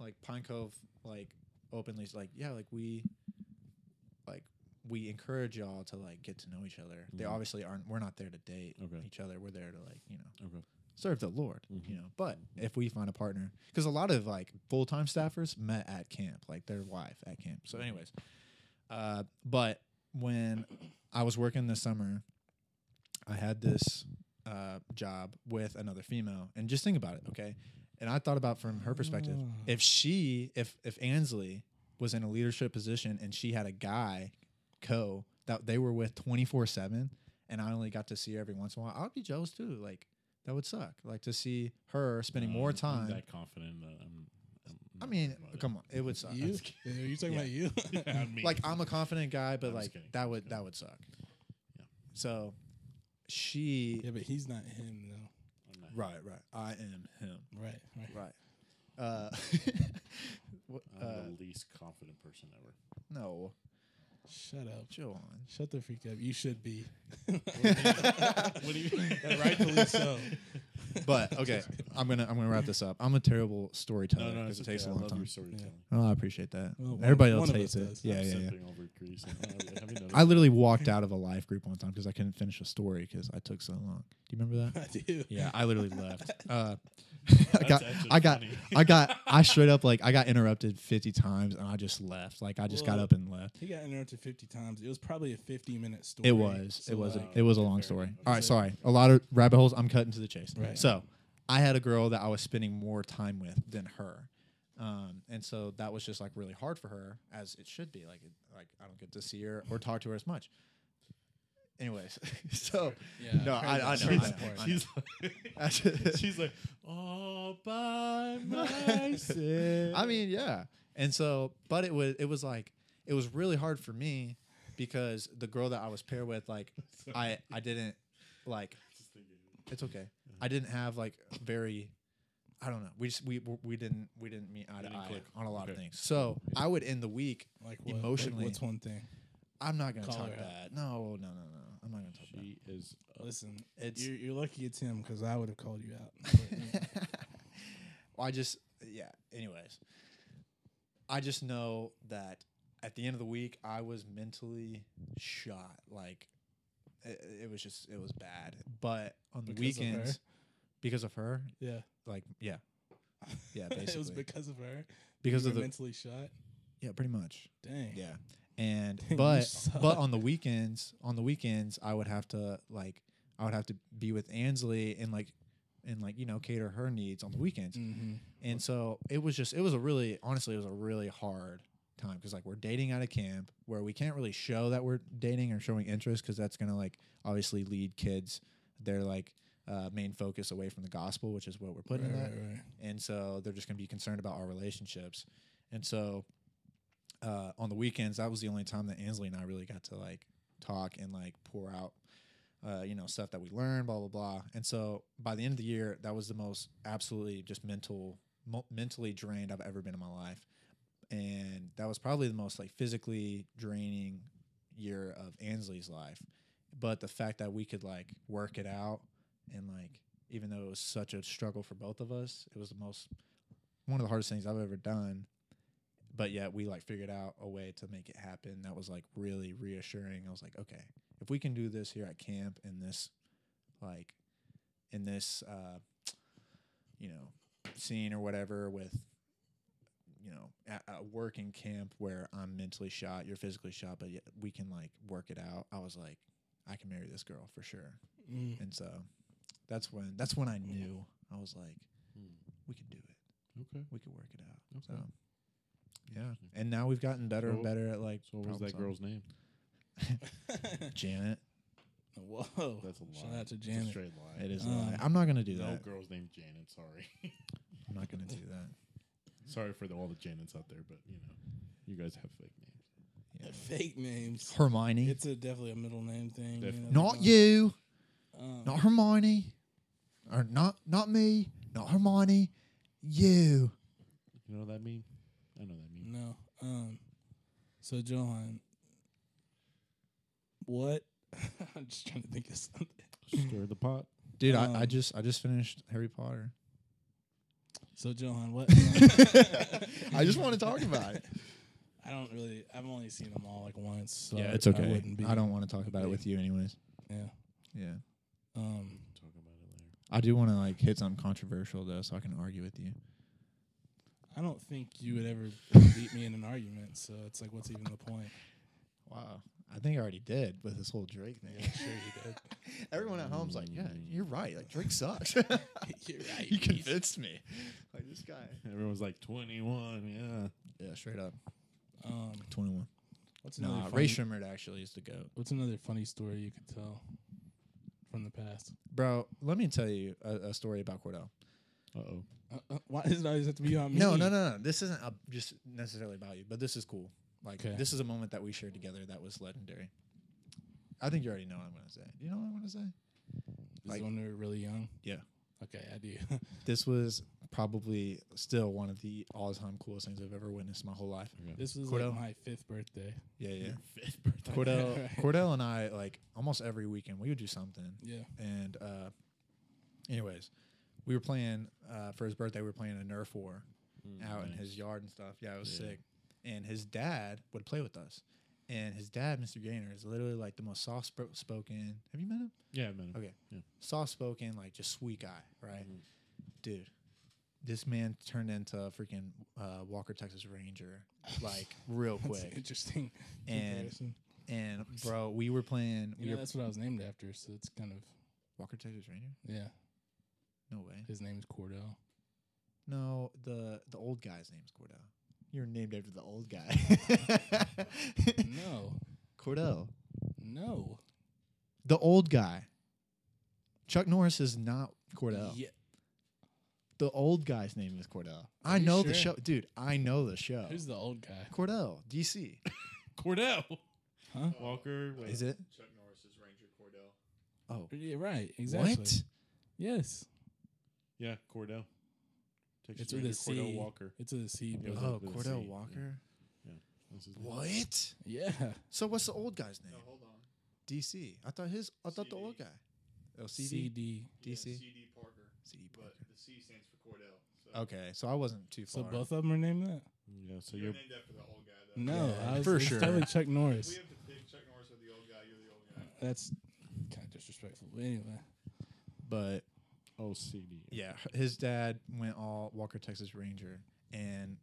S2: like Pine Cove like openly is like yeah like we like we encourage y'all to like get to know each other. They
S3: Mhm.
S2: obviously aren't we're not there to date
S3: Okay.
S2: each other. We're there to like, you know,
S3: Okay.
S2: serve the Lord,
S3: Mhm.
S2: you know. But if we find a partner, because a lot of like full time staffers met at camp, like their wife at camp. So, anyways, uh, but when I was working this summer, I had this uh, job with another female, and just think about it, okay. And I thought about from her perspective,
S1: Ah.
S3: Mm.
S2: if she, if if Ansley was in a leadership position and she had a guy co that they were with twenty four seven, and I only got to see her every once in a while, I would be jealous too. Like that would suck. Like to see her spending
S3: No,
S2: more
S3: Mm, I'm-
S2: time.
S3: I'm that confident. That I'm, I'm
S2: I
S3: not
S2: mean,
S3: about it.
S2: come on, it would suck.
S1: You? Are you talking
S2: Yeah.
S1: about you?
S3: I mean,
S2: Like I'm a confident guy, but
S3: I'm just
S2: like
S3: kidding,
S2: that
S3: just
S2: would
S3: kidding.
S2: that would suck.
S3: Yeah.
S2: So she
S1: yeah, but he's not him though.
S3: I'm not-
S2: right right I am him
S1: Right. Right.
S2: right. Uh, what-
S3: I'm
S2: uh
S3: the least confident person ever.
S2: no,
S1: Shut up.
S2: Joan.
S1: Shut the freak up. You should be.
S3: What do you?
S1: Rightfully so.
S2: But okay, I'm gonna I'm gonna wrap this up. I'm a terrible storyteller
S3: no, no,
S2: because
S3: it's
S2: it takes
S3: okay.
S2: a
S3: I
S2: long
S3: love
S2: time.
S3: your storytelling.
S2: Oh, I appreciate that.
S1: Well, one-
S2: Everybody
S1: one
S2: else
S1: of
S2: hates
S1: us
S2: it.
S1: does.
S2: Yeah,
S3: I'm
S2: yeah, yeah.
S3: sipping over grease. Have you noticed?
S2: I literally walked out of a life group one time because I couldn't finish a story because I took so long. Do you remember that?
S1: I do.
S2: Yeah, I literally left. Uh, I
S3: That's
S2: got,
S3: actually
S2: I got,
S3: funny.
S2: I got, I straight up like I got interrupted fifty times and I just left. Like I just got
S1: Well,
S2: up and left.
S1: He got interrupted 50 times. It was probably a 50 minute story.
S2: It was,
S1: So, uh,
S2: it was,
S1: like,
S2: a, it was a
S3: okay,
S2: long
S3: fair
S2: story.
S3: enough.
S2: All right,
S3: So-
S2: sorry. A lot of rabbit holes. I'm cutting to the chase.
S1: Right.
S2: So I had a girl that I was spending more time with than her. Um, and so that was just like really hard for her, as it should be. Like, it, like I don't get to see her or talk to her as much. Anyways, so
S1: Yeah.
S2: no, I, I know. I
S1: She's-
S2: know, I know.
S3: She's
S2: I
S3: like,
S2: should-
S3: she's like all by myself.
S2: I mean, yeah. And so, but it was it was like it was really hard for me because the girl that I was paired with, like, I I didn't like.
S3: Just thinking.
S2: It's okay. I didn't have like very. I don't know. We just we we didn't we didn't meet eye
S3: You
S2: to
S3: didn't
S2: eye
S3: click.
S2: on a lot of
S3: Okay.
S2: things. So I would end the week.
S1: Like what, like,
S2: Emotionally.
S1: what's one thing?
S2: I'm not gonna
S1: Call
S2: talk
S1: her out.
S2: that. No, no, no, no. I'm not gonna talk that.
S3: she is.
S1: Listen,
S2: It's-
S1: you're, you're lucky it's him because I would have called you out.
S2: well, I just yeah. Anyways, I just know that at the end of the week, I was mentally shot. Like it, it was just it was bad. But on the
S1: Because of her?
S2: weekends, because of her,
S1: yeah,
S2: like yeah, yeah, basically
S1: it was because of her.
S2: because
S1: you
S2: of
S1: were
S2: the
S1: mentally shot.
S2: yeah, pretty much
S1: Dang.
S2: yeah. And
S1: You
S2: but
S1: suck.
S2: but on the weekends, on the weekends, I would have to like I would have to be with Ansley and like and like you know cater her needs on the weekends.
S1: Mm-hmm.
S2: And so it was just, it was a really, honestly, it was a really hard time because like we're dating at a camp where we can't really show that we're dating or showing interest because that's going to like obviously lead kids their like uh, main focus away from the gospel, which is what we're
S1: Right,
S2: putting in that.
S1: right, right.
S2: And so they're just going to be concerned about our relationships. And so uh, on the weekends, that was the only time that Ansley and I really got to like talk and like pour out, uh, you know, stuff that we learned, blah, blah, blah. And so by the end of the year, that was the most absolutely just mental, mo- mentally drained I've ever been in my life. And that was probably the most like physically draining year of Ansley's life. But the fact that we could like work it out and like, even though it was such a struggle for both of us, it was the most, one of the hardest things I've ever done but yet we like figured out a way to make it happen that was like really reassuring i was like okay if we can do this here at camp in this like in this uh you know scene or whatever with you know at a working camp where i'm mentally shot you're physically shot but yet we can like work it out i was like i can marry this girl for sure
S1: Mm.
S2: and so that's when that's when i knew i was like
S3: Hmm.
S2: we can do it
S3: Okay.
S2: we could work it out.
S3: Okay.
S2: So, yeah. And now we've gotten better and
S3: Well,
S2: better at like.
S3: So what
S2: problem
S3: was that
S2: solving.
S3: girl's name?
S2: Janet.
S1: Whoa.
S3: That's a lie.
S1: Shout out to
S3: It's a
S1: Janet.
S3: straight lie.
S2: It is. a
S1: Um,
S2: lie. I'm not gonna do
S3: no
S2: that.
S3: girl's named Janet. Sorry.
S2: I'm not gonna do that.
S3: sorry for the, all the Janets out there, but you know, you guys have fake names.
S2: Yeah.
S1: Fake names.
S2: Hermione.
S1: It's a definitely a middle name thing.
S3: Def-
S1: know,
S2: not
S1: like,
S2: you.
S1: um,
S2: Not Hermione. Or not not me. Not Hermione. You.
S3: You know what that mean? I know that mean.
S1: No. Um. So Johan, what? I'm just trying to think of something.
S3: Stir the pot.
S2: Dude, I, I
S1: Um,
S2: just I just finished Harry Potter.
S1: So Johan, what?
S2: I just want to talk about it.
S1: I don't really. I've only seen them all like once. So
S2: yeah,
S1: I-
S2: it's okay.
S1: I
S2: I,
S1: wouldn't be.
S2: don't want to talk about it with you, anyways.
S1: Yeah.
S2: Yeah.
S1: Um.
S3: Talk about it later.
S2: I do want to like hit something controversial though, so I can argue with you.
S1: I don't think you would ever beat me in an argument. So it's like, what's even the point?
S2: Wow. I think I already did with this whole Drake thing.
S1: Yeah, I'm sure you did.
S2: Everyone at home's like, yeah, you're right. Like Drake sucks.
S1: You're right.
S2: you convinced me. Like this guy.
S3: Everyone's like 21.
S2: Yeah, straight up.
S1: Um.
S2: 21.
S1: What's another?
S2: Nah,
S1: funny,
S2: Ray Shimmered actually is the GOAT.
S1: What's another funny story you could tell from the past?
S2: Bro, let me tell you a, a story about Cordell.
S3: Yeah. Uh oh.
S1: Uh, uh, why does it always have to be on me?
S2: No, no, no, no. This isn't uh just necessarily about you, but this is cool. Like,
S1: Okay.
S2: this is a moment that we shared together that was legendary. I think you already know what I'm going to say. Do you know what I'm going to say?
S1: This
S2: Like-
S1: is when we were really young.
S2: Yeah.
S1: Okay, I do.
S2: This was probably still one of the all time coolest things I've ever witnessed in my whole life.
S1: this was
S2: Cordell.
S1: like my fifth birthday.
S2: Yeah, yeah.
S3: Fifth birthday.
S2: Cordell,
S1: Right.
S2: Cordell and I like almost every weekend we would do something.
S1: Yeah.
S2: And uh, anyways, we were playing uh, for his birthday. We were playing a Nerf war Mm.
S3: Mm.
S2: out in his yard and stuff. Yeah, it was
S3: Yeah.
S2: sick. And his dad would play with us. And his dad, Mr. Gaynor, is literally like the most soft sp- spoken. Have you met him?
S3: Yeah, man.
S2: Okay.
S3: Yeah.
S2: Soft spoken, like just sweet guy, right?
S1: Mm-hmm.
S3: Mhm.
S2: Dude, this man turned into a freaking uh, Walker Texas Ranger, like real
S1: That's an
S2: quick.
S1: interesting
S2: And
S1: comparison.
S2: And bro, we were playing.
S1: You
S2: we
S1: know,
S2: were,
S1: that's what I was named after, so it's kind of
S2: Walker Texas Ranger?
S1: yeah.
S2: No way.
S1: His name is Cordell.
S2: No, the the old guy's name's Cordell. You're named after the old guy.
S1: no,
S2: Cordell.
S1: no.
S2: The old guy. Chuck Norris is not Cordell.
S1: Yeah.
S2: The old guy's name is Cordell. I
S1: you
S2: know
S1: sure?
S2: the show. Dude, I know the show.
S1: Who's the old guy?
S2: Cordell, DC.
S3: Cordell.
S1: Huh?
S3: Walker. Wait.
S2: Is it?
S5: Chuck Norris's Ranger Cordell.
S2: Oh.
S1: Yeah, right. Exactly.
S2: What?
S1: Yes.
S3: Yeah, Cordell.
S1: It's
S3: Texas
S1: with a
S3: Ranger Cordell
S1: C.
S3: Walker.
S1: It's a C.
S3: Yeah,
S1: But
S3: Oh,
S2: Oh,
S3: with a C,
S2: Cordell
S3: yeah.
S2: Walker?
S3: That's his name.
S2: What?
S1: yeah.
S2: So what's the old guy's name?
S5: No, hold on.
S2: DC. I thought his I thought the old guy.
S5: CD.
S2: Oh,
S1: CD.
S2: CD.
S5: Yeah,
S2: DC?
S5: CD Parker,
S2: CD.
S5: but the C stands for Cordell. So
S2: Okay, so I wasn't too
S1: So
S2: far.
S1: both of them are named that.
S3: Yeah, so
S5: You're
S3: you're.
S5: named after the old guy, though.
S1: No,
S2: Yeah,
S1: I was,
S2: for
S1: it's
S2: sure.
S1: Totally Chuck
S5: We
S1: Norris.
S5: have to pick Chuck Norris or the old guy. You're the old guy.
S1: That's kind of disrespectful. But anyway,
S2: But
S3: Oh, CD.
S2: yeah, his dad went all Walker Texas Ranger, and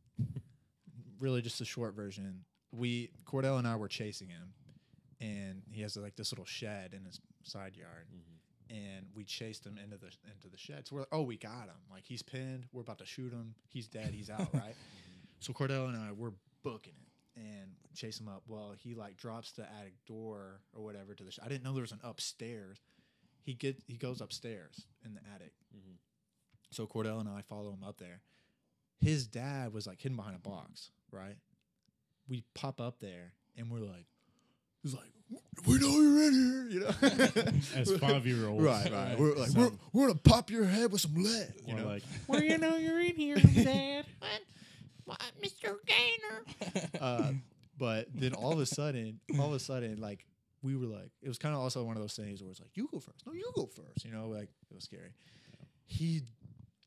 S2: really just the short version. We Cordell and I were chasing him, and he has like this little shed in his side yard, and we chased him into the into the shed. So we're like, oh, we got him! Like he's pinned. We're about to shoot him. He's dead. He's out, right? so Cordell and I we're booking it and chase him up. Well, he like drops the attic door or whatever to the. Sh- I didn't know there was an upstairs. He get he goes upstairs in the attic.
S3: Mhm.
S2: So Cordell and I follow him up there. His dad was like hidden behind a box, right? We pop up there and we're like, he's like, we know you're in here, you know.
S3: As five year olds.
S2: Right, right. We're like,
S3: So-
S2: we're, we're gonna pop your head with some lead. You
S3: or
S2: know,
S3: like,
S6: Well, you know you're in here, Dad. what? what? Mr. Gaynor.
S2: uh, but then all of a sudden, all of a sudden, like we were like, it was kind of also one of those things where it's like, you go first. No, you go first. You know, like it was scary. He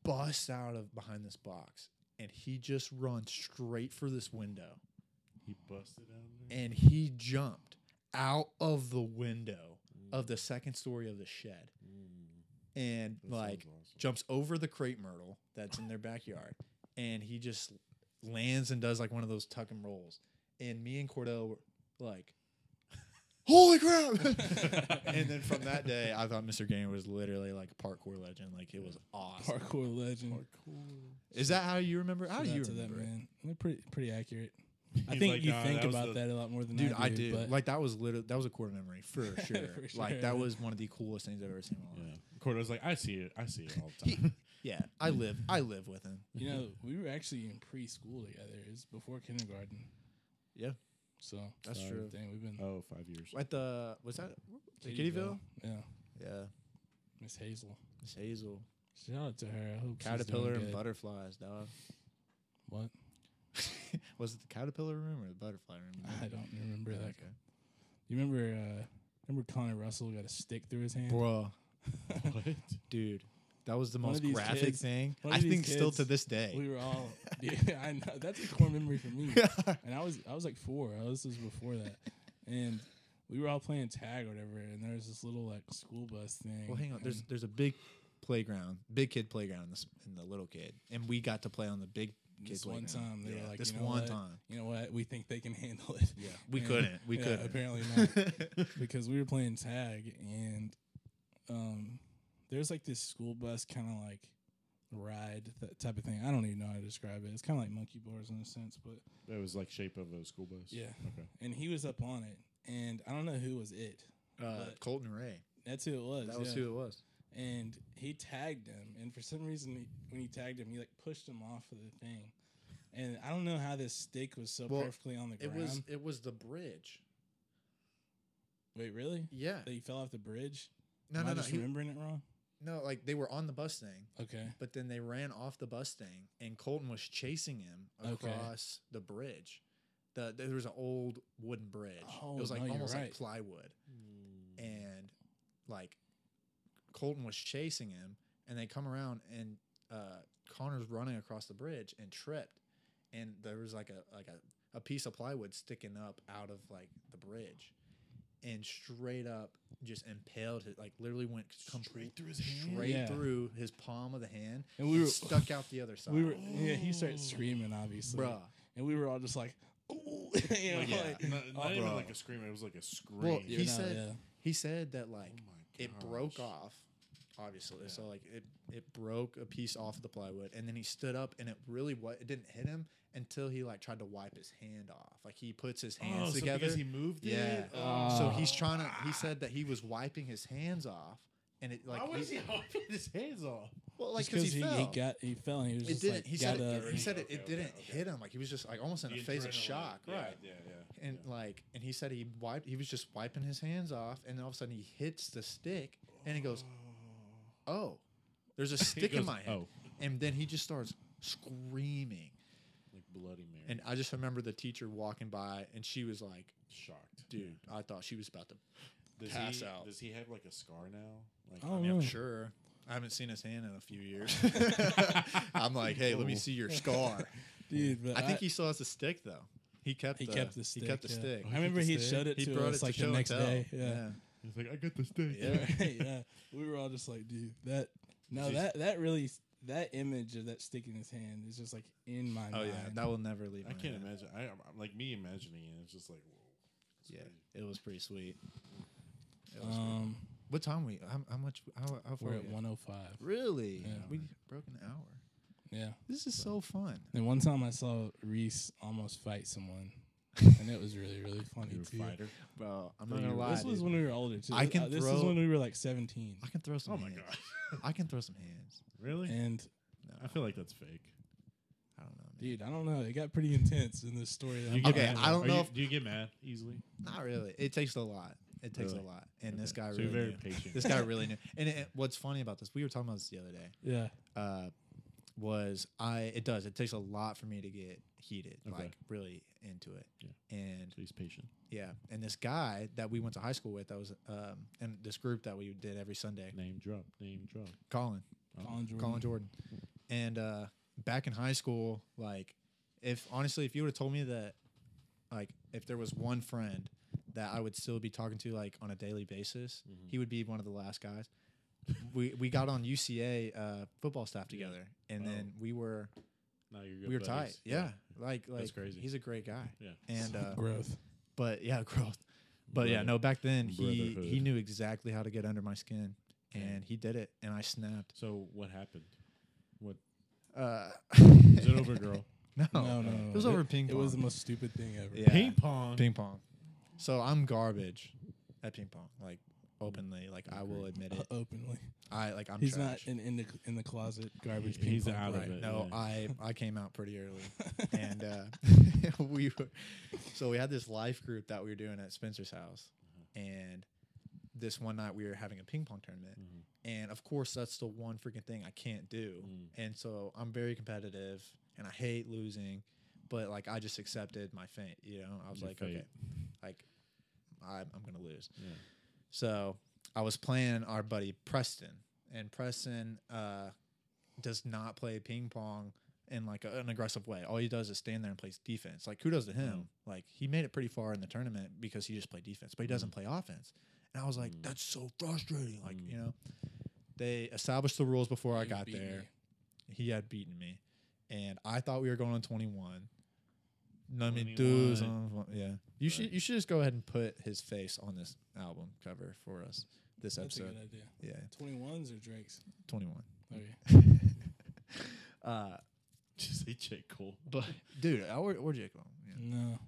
S2: busts out of behind this box and he just runs straight for this window
S3: he busted out of there.
S2: and he jumped out of the window of the second story of the shed
S3: Mm,
S2: and
S3: that
S2: like
S3: sounds awesome.
S2: jumps over the crepe myrtle that's in their backyard and he just lands and does like one of those tuck and rolls and me and cordell were like holy crap and then from that day i thought mr gainer was literally like a parkour legend like it was awesome
S1: parkour legend.
S2: is that how you remember how do
S1: Shout
S2: you
S1: out to that
S2: remember it?
S1: man. They're pretty pretty accurate. I
S3: He's
S1: think
S3: like,
S1: you
S3: "Nah,
S1: think
S3: that was
S1: about
S3: the-
S1: that a lot more than
S2: dude i
S1: do,
S2: do
S1: but
S2: like that was literally that was a core memory for sure
S1: For
S2: like
S1: sure.
S2: that was one of the coolest things i've ever seen in my
S3: Yeah.
S2: life
S3: Cordell's like, I see it. I see it all the
S2: He-
S3: time.
S2: yeah i live i live with him
S1: you know, we were actually in preschool together. It's before kindergarten.
S2: Yeah.
S1: So
S2: That's
S1: so
S2: true.
S1: everything We've been
S3: oh, five years.
S2: at the was that Kittyville?
S1: Yeah,
S2: yeah
S1: Miss Hazel.
S2: Miss Hazel.
S1: Shout out to her. I hope
S2: Caterpillar
S1: she's doing
S2: and
S1: good.
S2: butterflies, dog.
S1: What?
S2: was it the caterpillar room or the butterfly room?
S1: I don't remember that.
S2: Okay.
S1: You remember? uh Remember Connor Russell got a stick through his hand.
S2: Bro,
S3: what?
S2: dude, that was the
S1: One of
S2: most
S1: these
S2: graphic
S1: kids-
S2: thing.
S1: one of
S2: I
S1: these
S2: think still to
S1: kids-
S2: this day.
S1: We were all. yeah, I know. That's a core memory for me. and I was I was like four. I was, this was before that, and we were all playing tag or whatever. And there was this little like school bus thing.
S2: well, hang on. There's
S1: and
S2: there's a big playground, big kid playground, in this in the little kid, and we got to play on the big kid
S1: this one
S2: playground.
S1: time they
S2: yeah,
S1: were like,
S2: this
S1: you know
S2: one
S1: what?
S2: time.
S1: you know what? We think they can handle it.
S2: Yeah, we
S1: And-
S2: couldn't. We
S1: yeah,
S2: couldn't.
S1: Apparently not, because we were playing tag, and um, there's like this school bus kind of like ride that type of thing. I don't even know how to describe it. It's kind of like monkey bars in a sense, but
S3: That was like shape of a school bus.
S1: Yeah.
S3: Okay.
S1: and he was up on it, and I don't know who was it.
S2: uh,
S1: But-
S2: Colton Ray.
S1: That's who it was.
S2: That was
S1: yeah.
S2: who it was.
S1: and he tagged him and for some reason he, when he tagged him he like pushed him off of the thing and i don't know how this stick was so
S2: Well,
S1: perfectly on the
S2: It
S1: ground
S2: was it was the bridge.
S1: wait really
S2: Yeah.
S1: that he fell off the bridge
S2: No,
S1: Am
S2: no,
S1: i
S2: no.
S1: just
S2: he-
S1: remembering it wrong
S2: no, like they were on the bus thing.
S1: okay
S2: But then they ran off the bus thing, and Colton was chasing him
S1: Okay.
S2: across the bridge. The, there was an old wooden bridge.
S1: Oh,
S2: it was like
S1: no, you're
S2: almost
S1: right.
S2: like plywood, Mm. and like Colton was chasing him, and they come around, and uh, Connor's running across the bridge and tripped, and there was like a like a, a piece of plywood sticking up out of like the bridge, and straight up just impaled it, like literally went complete
S3: through his
S2: straight
S1: Yeah.
S2: through his palm of the hand
S1: and we were
S2: stuck out the other side.
S1: we were yeah he started screaming obviously
S2: bruh.
S1: and we were all just like oh you know,
S2: Well, yeah.
S1: like,
S3: Not, not even
S2: bro.
S3: like a scream. It was like a scream.
S2: Well,
S1: you're
S2: he
S1: not-
S2: said
S1: yeah.
S2: he said that like
S3: oh my
S2: it broke
S3: gosh.
S2: off obviously. So like it it broke a piece off the plywood, and then he stood up, and it really what it didn't hit him until he like tried to wipe his hand off. Like he puts his hands
S3: oh, so
S2: together.
S3: because he moved
S2: yeah.
S3: it.
S2: So
S3: Oh.
S2: he's trying to. He said that he was wiping his hands off, and it like
S3: Why was
S2: he-
S3: he hopping his hands off?
S2: well like
S1: Like
S2: because
S1: he,
S2: he, fell.
S1: he got he fell and he was
S2: it
S1: just
S2: didn't.
S1: like
S2: he
S1: got
S2: said it,
S1: up.
S2: he said it,
S3: Okay,
S2: it
S3: okay,
S2: didn't
S3: okay.
S2: hit him. Like he was just like almost in a phase of
S3: adrenaline.
S2: shock,
S3: Yeah,
S2: right?
S3: Yeah, yeah.
S2: And like, and he said he wiped. He was just wiping his hands off, and all of a sudden he hits the stick, and he goes, "Oh, there's a stick in
S3: goes,
S2: my hand."
S3: "Oh."
S2: And then he just starts screaming,
S3: like Bloody Mary.
S2: and I just remember the teacher walking by, and she was like,
S3: shocked,
S2: "Dude, I thought she was about to."
S1: Oh,
S3: Does
S2: pass
S3: he,
S2: out. Oh.
S3: Does he have like a scar now? Like,
S1: I
S2: I
S1: don't
S2: mean, I'm
S1: know.
S2: sure. I haven't seen his hand in a few years. I'm like, hey,
S1: Oh.
S2: let me see your scar.
S1: Dude, but
S2: I think he still has the stick though. He kept.
S1: He
S2: the,
S1: kept the stick.
S2: He kept the
S1: yeah.
S2: stick.
S1: I remember he
S3: stick?
S1: showed it
S2: He
S1: to
S2: brought
S1: us
S2: it to
S1: like
S2: show
S1: the
S2: and
S1: next
S2: tell.
S1: day. Yeah.
S3: he's like, I got the stick.
S2: Yeah.
S1: Yeah. yeah. We were all just like, dude, that no,
S3: Jeez.
S1: that that really that image of that stick in his hand is just like in my
S2: Oh
S1: mind.
S2: yeah, that will never leave.
S3: I
S2: my
S3: can't
S2: head.
S3: imagine. I, I'm I'm, like me imagining it. It's just like, whoa. It's
S2: Yeah,
S3: crazy.
S2: it was pretty sweet. It was pretty-
S1: Um,
S2: what time we? How, how much? How, how far?
S1: we're at
S2: we
S1: 105.
S2: Really?
S1: Yeah.
S2: We broke an hour.
S1: Yeah.
S2: This is so fun.
S1: And one time I saw Reese almost fight someone, and it was really really funny
S3: You're a
S1: too.
S3: fighter.
S2: Bro, I'm
S3: Bro,
S2: not gonna
S3: you-
S2: lie.
S1: This was
S2: dude.
S1: when we were older too.
S2: I can
S1: Uh, this is
S2: throw-
S1: when we were like 17,
S2: I can throw some.
S3: Oh my
S2: hands.
S3: god.
S2: I can throw some hands.
S3: Really?
S1: and
S2: No,
S3: I feel like that's fake.
S2: I don't know, man.
S1: dude, I don't know, it got pretty intense in this story. That I'm
S2: get Okay,
S1: telling.
S3: mad?
S2: I don't
S3: Are
S2: know
S3: you-
S2: if-
S3: do you get mad easily?
S2: Not really. It takes a lot. It takes
S3: Really?
S2: a lot. And this
S3: Okay.
S2: guy
S3: So
S2: really.
S3: you're very
S2: knew.
S3: patient.
S2: This guy really knew. And it, what's funny about this? We were talking about this the other day.
S1: yeah,
S2: uh, was I it does it takes a lot for me to get heated
S3: Okay.
S2: like really into it
S3: Yeah.
S2: and
S3: So he's patient.
S2: yeah and this guy that we went to high school with that was um and this group that we did every Sunday
S3: Name drop. Name drop. Oh.
S2: Colin
S1: Colin Jordan.
S2: Oh, Colin Jordan and uh back in high school like if honestly if you would have told me that like if there was one friend that I would still be talking to like on a daily basis
S3: Mm-hmm.
S2: he would be one of the last guys we we got on UCA uh football staff
S3: Yeah.
S2: together and
S3: Wow.
S2: then we were
S3: No, you're good.
S2: we were tight.
S3: buddies.
S2: Yeah. Like like
S3: That's crazy.
S2: He's a great guy.
S3: Yeah.
S2: And uh,
S1: growth.
S2: but yeah, growth. But yeah,
S3: Brother-
S2: no, back then he he
S3: brotherhood.
S2: knew exactly how to get under my skin
S3: Yeah.
S2: and he did it and I snapped.
S3: So what happened?
S2: Uh
S3: Is it over, girl?
S2: No.
S1: no, no, no,
S2: It was over ping
S1: It
S2: pong.
S1: was the most stupid thing ever. Uh,
S2: Yeah.
S3: Ping pong.
S2: ping pong. So I'm garbage at ping pong. Like openly. Like I will admit
S1: Uh,
S2: it.
S1: openly,
S2: I like I'm
S1: he's
S2: trash.
S1: not in, in the in the closet garbage.
S3: He's
S1: ping pong
S3: out of
S1: player.
S3: it.
S2: No,
S3: yeah.
S2: I I came out pretty early, and uh, we were so we had this life group that we were doing at Spencer's house, and this one night we were having a ping pong tournament,
S3: Mhm.
S2: and of course that's the one freaking thing I can't do,
S3: Mm.
S2: and so I'm very competitive and I hate losing, but like I just accepted my fate, you know. I was
S3: Your
S2: like,
S3: fate.
S2: okay, like I'm, I'm gonna lose.
S3: Yeah.
S2: So I was playing our buddy Preston, and Preston uh, does not play ping pong in like a, an aggressive way. All he does is stand there and plays defense. Like kudos to him. Like he made it pretty far in the tournament because he just played defense, but he doesn't play offense. And I was like,
S3: Mm.
S2: that's so frustrating. Like
S3: Mm.
S2: you know, they established the rules before I
S1: He
S2: got
S1: beat
S2: there.
S1: me.
S2: He had beaten me, and I thought we were going on twenty one. Let me do
S3: 21.
S2: some- yeah. You should you should just go ahead and put his face on this album cover for us this
S1: That's a
S2: episode.
S1: good idea.
S2: Yeah,
S1: Twenty ones or Drake's.
S2: twenty one.
S1: Okay.
S2: Uh,
S3: Just say J. Cole.
S2: but dude, I- or or J Cole. Yeah.
S1: No,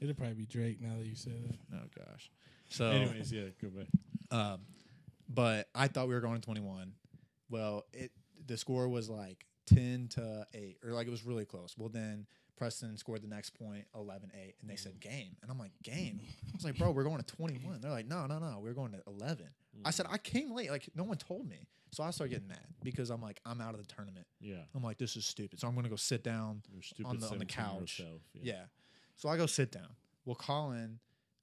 S1: it'd probably be Drake now that you say that.
S2: Oh gosh. So
S3: Anyways, yeah, go back.
S2: Um, but I thought we were going to 21. Well, it the score was like 10 to 8, or like it was really close. Well, then Preston scored the next point, 11 8, and they
S1: Mm.
S2: said game. And I'm like, game? I was like, bro, we're going to 21. They're like, no, no, no, we're going to 11. I said, I came late. Like, no one told me. So I started getting mad because I'm like, I'm out of the tournament.
S3: Yeah.
S2: I'm like, this is stupid. So I'm going to go sit down
S3: Your stupid
S2: on the
S3: 17-year-old
S2: couch.
S3: self,
S2: yeah. So I go sit down. Well, Colin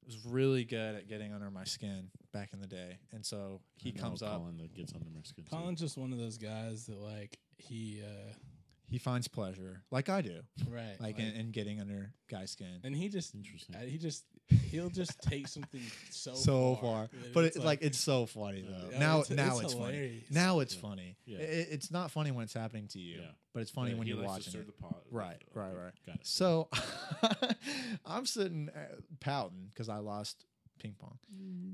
S2: was really good at getting under my skin back in the day. And so he
S3: I know
S2: comes up,
S3: Colin that gets under my skin. too.
S1: Colin's just one of those guys that like he uh
S2: he finds pleasure, like I do,
S1: right
S2: like in, in getting under guy's skin.
S1: and he just
S3: Interesting.
S1: uh, he just he'll just take something so
S2: So
S1: far,
S2: far,
S1: that
S2: but it's like, it's so funny
S3: Yeah.
S2: though.
S1: Yeah,
S2: now,
S1: it's-
S2: now
S1: it's
S2: it's, funny.
S1: hilarious.
S2: Now it's
S3: Yeah.
S2: funny.
S3: Yeah.
S2: I- I- it's not funny when it's happening to you,
S3: Yeah.
S2: but it's funny
S3: Yeah,
S2: when
S3: he
S2: you're
S3: likes to
S2: watching.
S3: stir
S2: it.
S3: the pot.
S2: Right,
S3: Okay,
S2: right, right.
S3: Got it.
S2: So I'm sitting uh, pouting because I lost ping pong,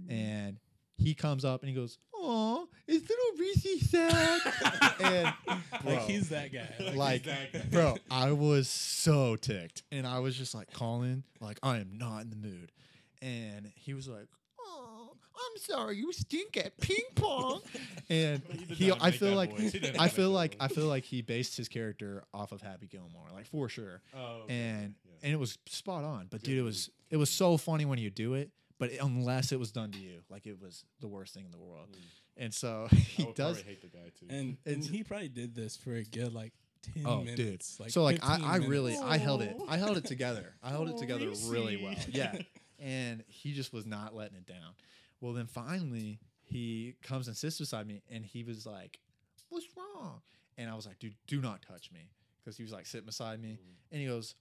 S2: and He comes up and he goes, "Oh, is little Reese sad?" and
S1: like
S2: bro,
S1: he's that guy. Like,
S2: like, bro, I was so ticked, and I was just like calling, like I am not in the mood, and he was like, "Oh, I'm sorry, you stink at ping pong," and he, I feel like, I feel like, I feel like he based his character off of Happy Gilmore, like for sure,
S3: Oh,
S2: and
S3: yeah.
S2: and it was spot on. But
S3: Good
S2: dude, it was it was so funny when you do it, but unless it was done to you, like it was the worst thing in the world.
S3: Mm.
S2: And so
S3: I
S2: he
S3: would
S2: does
S3: probably hate the guy too.
S1: and, and
S2: it's-
S1: he probably did this for a good like ten
S2: Oh, dude.
S1: minutes. Like
S2: so like I,
S1: 15
S2: I really
S1: minutes.
S2: I held it
S6: Aw.
S2: I held it together I held it
S6: Aw,
S2: together really well
S1: Reese.
S2: yeah and he just was not letting it down well then finally he comes and sits beside me and he was like what's wrong and I was like dude do not touch me because he was like sitting beside
S3: Mm.
S2: me and he goes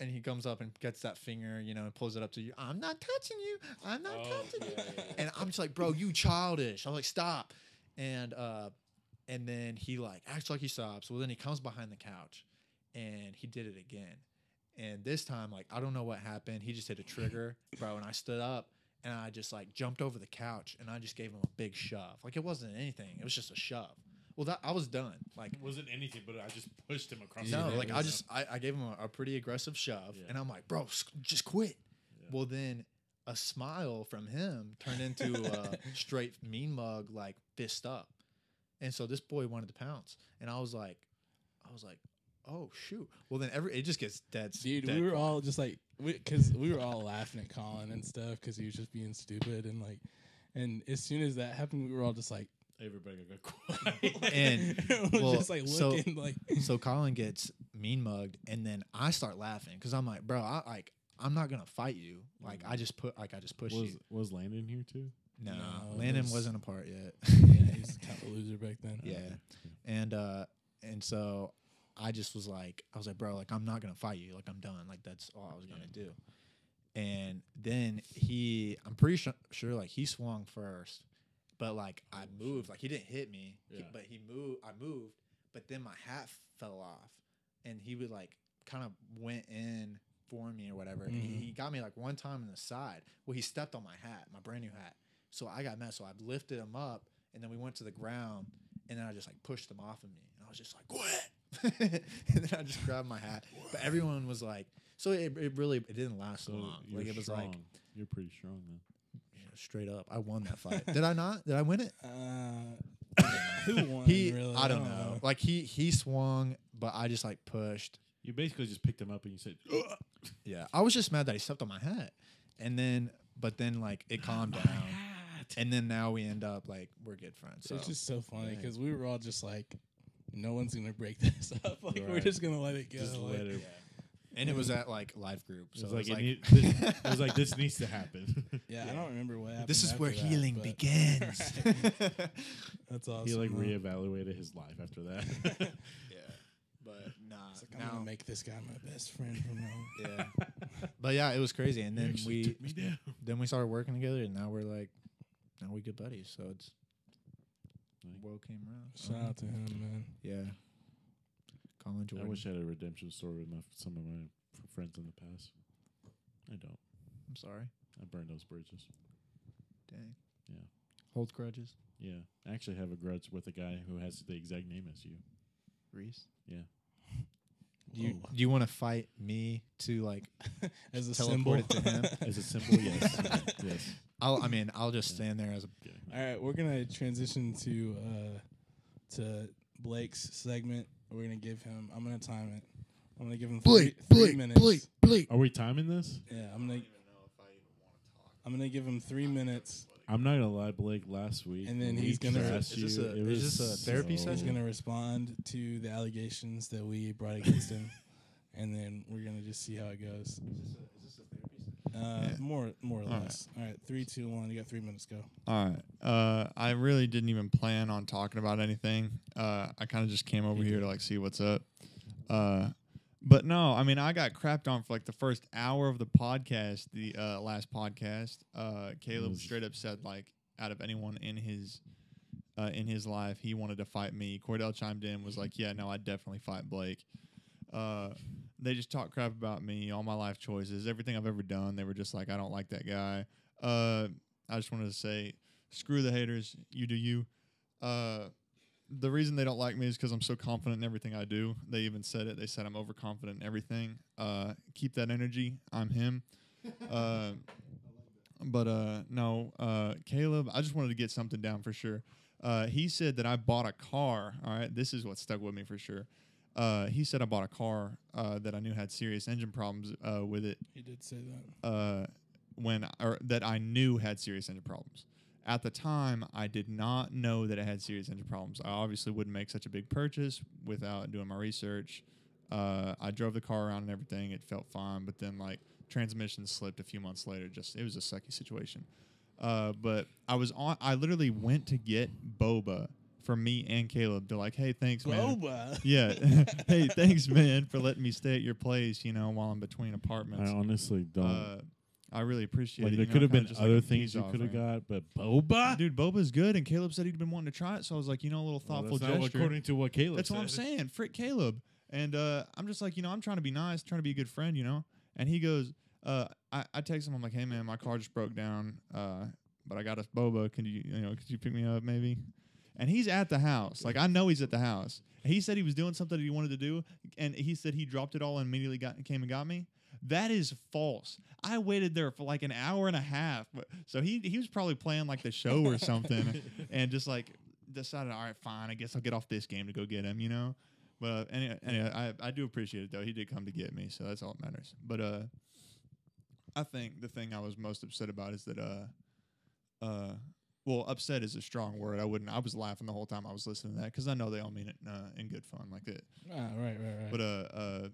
S2: and he comes up and gets that finger you know and pulls it up to you I'm not touching you I'm not
S3: Oh,
S2: touching you
S3: yeah, yeah, yeah.
S2: and I'm just like bro you childish I'm like stop and uh and then he like acts like he stops well then he comes behind the couch and he did it again. And this time, like I don't know what happened. He just hit a trigger, bro. And I stood up and I just like jumped over the couch and I just gave him a big shove. Like it wasn't anything. It was just a shove. Well, that I was done. Like
S3: it wasn't anything, but I just pushed him across.
S2: no,
S3: the
S2: like
S3: room.
S2: I just I, I gave him a, a pretty aggressive shove,
S3: Yeah.
S2: and I'm like, bro, s- just quit.
S3: Yeah.
S2: Well, then a smile from him turned into a straight mean mug, like fist up, and so this boy wanted to pounce, and I was like, I was like, oh shoot. Well, then every it just gets dead. s-
S1: dude,
S2: dead
S1: we were
S2: quiet.
S1: all just like, because we, were all laughing at Colin and stuff because he was just being stupid and like, and as soon as that happened, we were all just like,
S3: everybody got quiet.
S2: And,
S1: we're
S2: well,
S1: just like
S2: so-
S1: looking like,
S2: so Colin gets mean mugged, and then I start laughing because I'm like, bro, I like. I'm not gonna fight you. Like
S1: Mm.
S2: I just put, like I just pushed
S3: was
S2: you.
S3: was Landon here too?
S2: No,
S1: No, it
S2: Landon
S1: was-
S2: was, not a part yet.
S1: yeah, he was kind of a loser back then.
S2: Yeah. And uh and so I just was like I was like, bro, like I'm not gonna fight you. Like I'm done. Like that's all I was gonna do. And then he I'm pretty sure, sure like he swung first, but like I moved. Like he didn't hit me, he-
S3: Yeah.
S2: but he moved I moved, but then my hat fell off and he would like kind of went in for me or whatever. And he,
S1: Mhm.
S2: he got me like one time in the side. Well, he stepped on my hat, my brand new hat. So I got mad. So I lifted him up, and then we went to the ground, and then I just like pushed him off of me, and I was just like, "Quit!" and then I just grabbed my hat. But everyone was like, "So it, it really it didn't last
S3: So
S2: long.
S3: you're
S2: Like it was
S3: strong.
S2: like
S3: you're pretty strong then.
S2: you know, straight up. I won that fight. Did I not? Did I win it?
S1: Uh, who won?
S2: He,
S1: really?
S2: I don't know. Like he he swung, but I just like pushed.
S3: You basically just picked him up and you said, "Ugh."
S2: Yeah, I was just mad that he stepped on my hat, and then but then like it calmed down, and then now we end up like we're good friends. So.
S1: It's just so funny
S2: Dang.
S1: because we were all just like, no one's gonna break this up. Like we're
S3: Right.
S1: just gonna let it go.
S3: "Just
S1: like,
S3: let it."
S2: and it was at like live group.
S3: It
S2: So
S3: was like,
S2: it was
S3: it, need,
S2: like,
S3: this, it was like this needs to happen.
S1: Yeah,
S2: Yeah.
S1: I don't remember what happened.
S2: this is
S1: after
S2: where
S1: that,
S2: healing
S1: but
S2: begins.
S1: That's awesome.
S3: he like
S1: though.
S3: reevaluated his life after that.
S2: yeah, but nah,
S1: It's like, I'm
S2: now,
S1: gonna make this guy my best friend from now. on.
S2: yeah, but yeah, it was crazy. And then
S3: Actually
S2: we
S3: took me down.
S2: then we started working together, and now we're like, now we good buddies. So it's
S3: Like-
S2: world came around. so-
S1: Shout out to him, man.
S2: yeah, Colin
S3: I
S2: Jordan.
S3: wish I had a redemption story with my, some of my f- friends in the past. I don't.
S2: I'm sorry.
S3: I burned those bridges.
S2: Dang.
S3: Yeah.
S2: Hold grudges.
S3: Yeah, I actually have a grudge with a guy who has the exact name as you.
S2: Reese.
S3: Yeah.
S2: You
S1: Whoa.
S2: do you want to fight me to like?
S1: As a
S2: Teleport
S1: symbol.
S2: it to him.
S3: As a symbol, yes, yes.
S2: I'll, I mean, I'll just
S3: Yeah.
S2: stand there as a
S3: Kidding.
S1: All right, we're gonna transition to uh, to Blake's segment. We're gonna give him. I'm gonna time it. I'm gonna give him three, three minutes.
S2: Blake.
S3: Are we timing this?
S1: Yeah, I'm gonna
S5: even know if I even want to talk.
S1: I'm gonna give him three minutes.
S3: I'm not gonna lie, Blake. Last week,
S1: And then
S3: when we
S1: he's gonna-
S3: trashed
S2: Is this
S3: you,
S2: a-
S3: it
S2: is
S3: was
S2: this a therapy
S3: so-
S1: He's
S2: session?
S1: gonna respond to the allegations that we brought against him, and then we're gonna just see how it goes. Uh,
S4: Yeah.
S1: More, more or
S4: All right.
S1: less. All right, three, two, one. You got three minutes. Go.
S4: All right. Uh, I really didn't even plan on talking about anything. Uh, I kind of just came over here to like see what's up. Uh, but no, I mean, I got crapped on for like the first hour of the podcast, the uh, last podcast. Uh, Caleb
S3: was-
S4: straight up said like, out of anyone in his uh, in his life, he wanted to fight me. Cordell chimed in, was like, "Yeah, no, I'd definitely fight Blake." Uh, they just talk crap about me, all my life choices, everything I've ever done. They were just like, "I don't like that guy." Uh, I just wanted to say Screw the haters. You do you. Uh, the reason they don't like me is because I'm so confident in everything I do. They even said it. They said I'm overconfident in everything. Uh, keep that energy. I'm him. Uh, but uh, no, uh, Caleb, I just wanted to get something down for sure. Uh, he said that I bought a car. All right, this is what stuck with me for sure. Uh, he said I bought a car uh, that I knew had serious engine problems uh, with it
S1: He did say that.
S4: uh, when or that I knew had serious engine problems. At the time, I did not know that it had serious engine problems. I obviously wouldn't make such a big purchase without doing my research. Uh, I drove the car around and everything; it felt fine. But then, like transmission slipped a few months later. Just it was a sucky situation. Uh, but I was on. I literally went to get boba for me and Caleb. They're like, "Hey, thanks, man."
S1: Boba.
S4: Yeah. hey, thanks, man, for letting me stay at your place. You know, while I'm between apartments.
S3: I honestly don't.
S4: Uh, I really appreciate
S3: like
S4: it.
S3: there
S4: you know,
S3: could have
S4: kinda
S3: been
S4: just, like,
S3: other
S4: a
S3: things
S4: ease
S3: you
S4: off
S3: could have
S4: ramp.
S3: got, but boba.
S4: Dude, Boba's good, and Caleb said he'd been wanting to try it, so I was like, you know, a little
S3: Well,
S4: thoughtful
S3: that's not
S4: gesture.
S3: according to what Caleb.
S4: that's what I'm
S3: said.
S4: saying. Frick Caleb. And uh, I'm just like, you know, I'm trying to be nice, trying to be a good friend, you know? And he goes, uh, I, I text him, I'm like, hey, man, my car just broke down, uh, but I got us Boba. Can you, you know, could you pick me up maybe? And he's at the house. Like, I know he's at the house. He said he was doing something that he wanted to do, and he said he dropped it all and immediately got, came and got me. That is false. I waited there for like an hour and a half. But- So he, he was probably playing like the show or something and just like decided, all right, fine, I guess I'll get off this game to go get him, you know? But uh, anyway, anyway I, I do appreciate it though. He did come to get me, so that's all that matters. But uh, I think the thing I was most upset about is that uh, uh, well, upset is a strong word. I wouldn't. I was laughing the whole time I was listening to that because I know they all mean it uh, in good fun, like that.
S1: Ah, right, right, right.
S4: But uh, uh,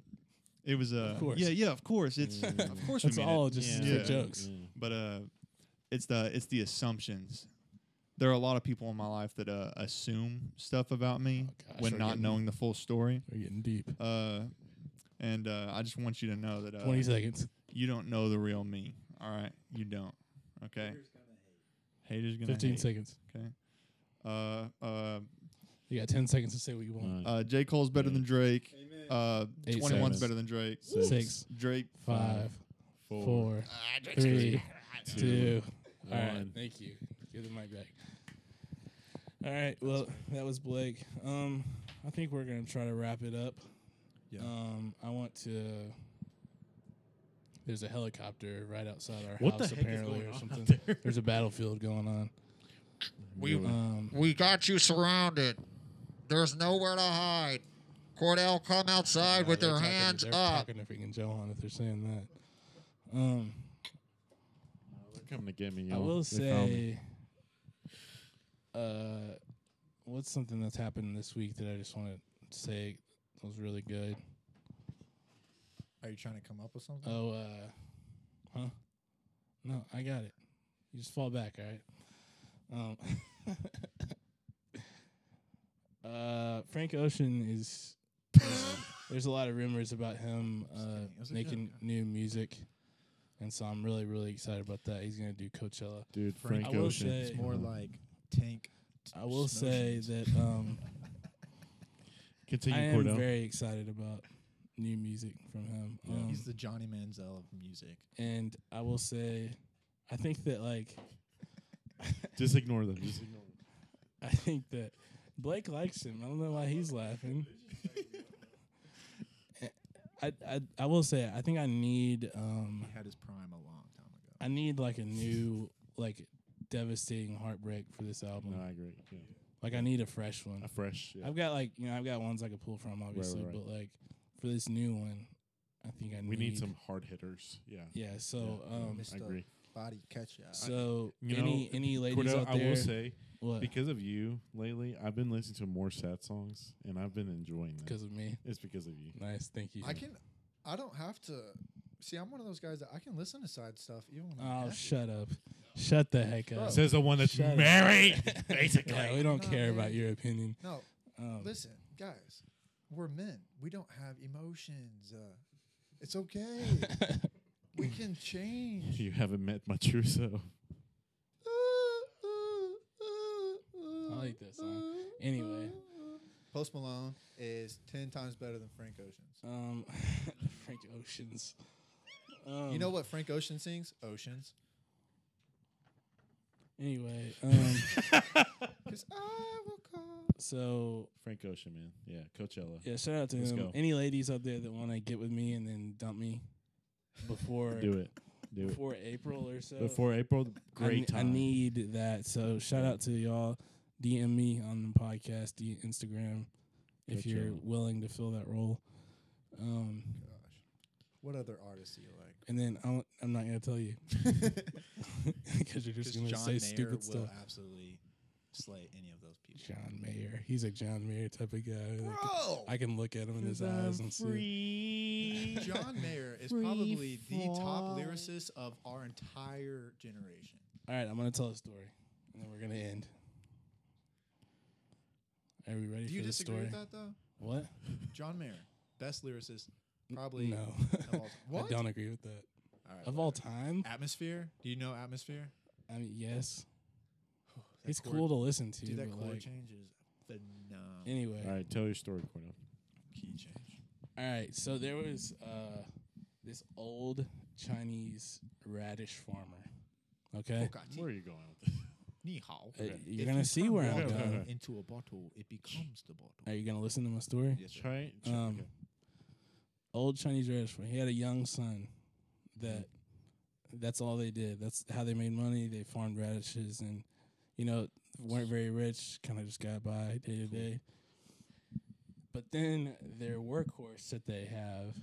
S4: it was uh,
S1: course. Mm.
S4: yeah, yeah, of course. It's of course
S1: That's
S4: we mean
S1: all
S4: it.
S1: just
S4: yeah.
S1: for
S4: Yeah.
S1: jokes.
S3: Mm.
S4: But uh, it's the it's the assumptions. There are a lot of people in my life that uh, assume stuff about me
S1: Oh, gosh,
S4: when
S1: we're
S4: not
S1: getting-
S4: knowing the full story.
S1: We're getting deep.
S4: Uh, and uh, I just want you to know that
S1: Twenty
S4: uh,
S1: seconds.
S4: you don't know the real me. All right, you don't. Okay. Haters gonna
S1: Fifteen
S4: hate.
S1: seconds.
S4: Okay. Uh, uh,
S1: You got ten seconds to say what you want.
S3: Uh,
S4: uh, J Cole's better than Drake.
S5: Amen.
S4: Uh,
S1: Eight
S4: 21's
S1: seconds.
S4: better than Drake.
S1: Six, Six,
S4: Drake.
S1: five,
S3: four,
S1: four, three, two. All right,
S3: one.
S1: thank you. Give the mic back. All right, well, that was Blake. Um, I think we're gonna try to wrap it up.
S2: Yeah.
S1: Um, I want to. There's a helicopter right outside our
S3: What the
S1: house,
S3: heck is
S1: apparently,
S3: going
S1: or
S3: on out
S1: something.
S3: there?
S1: There's a battlefield going on.
S3: We
S1: Um,
S6: We got you surrounded. There's nowhere to hide. Cordell, come outside
S1: No,
S6: with
S1: they're
S6: your
S1: talking-
S6: hands
S1: they're
S6: up.
S1: Talking to freaking Johan if they're saying that. Um,
S3: they're coming to get me.
S1: I
S3: y'all.
S1: will
S3: They found me.
S1: say, uh, what's something that's happened this week that I just want to say was really good.
S2: Are you trying to come up with something?
S1: Oh, uh, huh? No, I got it. You just fall back, all right? Um, uh, Frank Ocean is. there's a lot of rumors about him
S2: Just kidding. It
S1: uh,
S2: was a
S1: making
S2: joke.
S1: new music, and so I'm really, really excited about that. He's gonna do Coachella.
S3: dude,
S2: Frank
S3: Frank,
S1: I will
S3: Ocean. Mm-hmm.
S1: say-
S2: It's more like tank. t-
S1: I will say
S2: snotions.
S1: that um,
S3: Continue,
S1: I am
S3: Cordell.
S1: very excited about new music from him. Um,
S2: he's the Johnny Manziel of music.
S1: and I will say, I think that like
S3: Just ignore them. Just ignore them.
S1: I think that Blake likes him. I don't know why he's laughing. I, I I will say I think I need um
S2: He had his prime a long time ago.
S1: I need like a new like devastating heartbreak for this album.
S3: No, I agree. Yeah.
S1: Like I need a fresh one.
S3: A fresh. Yeah.
S1: I've got like you know I've got ones I could pull from obviously,
S3: right.
S1: but like for this new one, I think I
S3: We need some hard hitters. Yeah.
S1: Yeah. So
S3: Yeah.
S1: um.
S2: Missed
S3: I
S2: the
S3: agree.
S2: Body catch ya.
S1: So
S3: You
S1: any
S3: know,
S1: any ladies
S3: Cordell,
S1: out
S3: I
S1: there?
S3: will say
S1: what?
S3: because of you lately, I've been listening to more sad songs, and I've been enjoying them.
S1: Because of me.
S3: It's because of you.
S1: Nice. Thank you.
S7: I can. I don't have to. See, I'm one of those guys that I can listen to side stuff even when I'm
S1: Oh,
S7: happy.
S1: shut up. Shut the heck up.
S3: Says the one that's
S1: Shut up.
S3: married, basically.
S1: Yeah, we don't
S7: No,
S1: care
S7: man.
S1: about your opinion.
S7: No,
S1: Um,
S7: listen, guys, we're men. We don't have emotions. Uh, it's okay. we can change.
S3: You haven't met my true self.
S1: I like that song. Anyway,
S7: Post Malone is ten times better than Frank Ocean's.
S1: um, Frank Ocean's. Um,
S7: you know what Frank Ocean sings? Oceans.
S1: Anyway, um,
S7: Because I will call.
S1: so
S3: Frank Ocean, man. Yeah, Coachella.
S1: yeah, shout out to
S3: Let's
S1: him.
S3: go.
S1: Any ladies out there that want to get with me and then dump me before
S3: Do it. Do it.
S1: before April or so.
S3: Before April,
S1: I,
S3: great
S1: ne- I
S3: time.
S1: need that. So shout out to y'all. DM me on the podcast, D- Instagram, if
S3: Good
S1: you're
S3: job.
S1: willing to fill that role. Um,
S7: Gosh. What other artists do you like?
S1: and then I won't- I'm not gonna tell you because you're just
S2: Because
S1: gonna
S2: John
S1: say
S2: Mayer will
S1: stupid stuff.
S2: absolutely slay any of those people.
S1: John Mayer, he's a John Mayer type of guy. Like,
S7: Bro!
S1: I can look at him in his eyes and see.
S2: John Mayer is probably the top lyricist of our entire generation.
S1: All right, I'm gonna tell a story, and then we're gonna end. Are we ready
S2: Do you
S1: for the
S2: disagree
S1: story?
S2: with that though?
S1: What?
S2: John Mayer, best lyricist, probably.
S1: no,
S2: of all time.
S1: I
S2: What?
S1: don't agree with that.
S2: All right,
S1: Of all
S2: whatever.
S1: time,
S2: Atmosphere? Do you know Atmosphere?
S1: I mean, yes,
S2: That
S1: it's
S2: chord-
S1: cool to listen to.
S2: Dude, that
S1: but,
S2: chord
S1: like,
S2: change is phenomenal.
S1: Anyway,
S3: All right, tell your story, Cornell.
S2: Key change.
S1: all right. So there was uh, this old Chinese radish farmer. Okay,
S3: Where are you going with this?
S2: Ni hao.
S1: Uh,
S3: Okay.
S1: you're gonna see where I'm
S3: water-
S1: going.
S2: Into a bottle, it becomes the bottle.
S1: Are you gonna listen to my story?
S2: Yes, sir.
S3: Try. try
S1: Um,
S3: okay.
S1: Old Chinese radish farmer. He had a young son. That that's all they did. That's how they made money. They farmed radishes and you know weren't very rich. Kind of just got by day to day. But then their workhorse that they have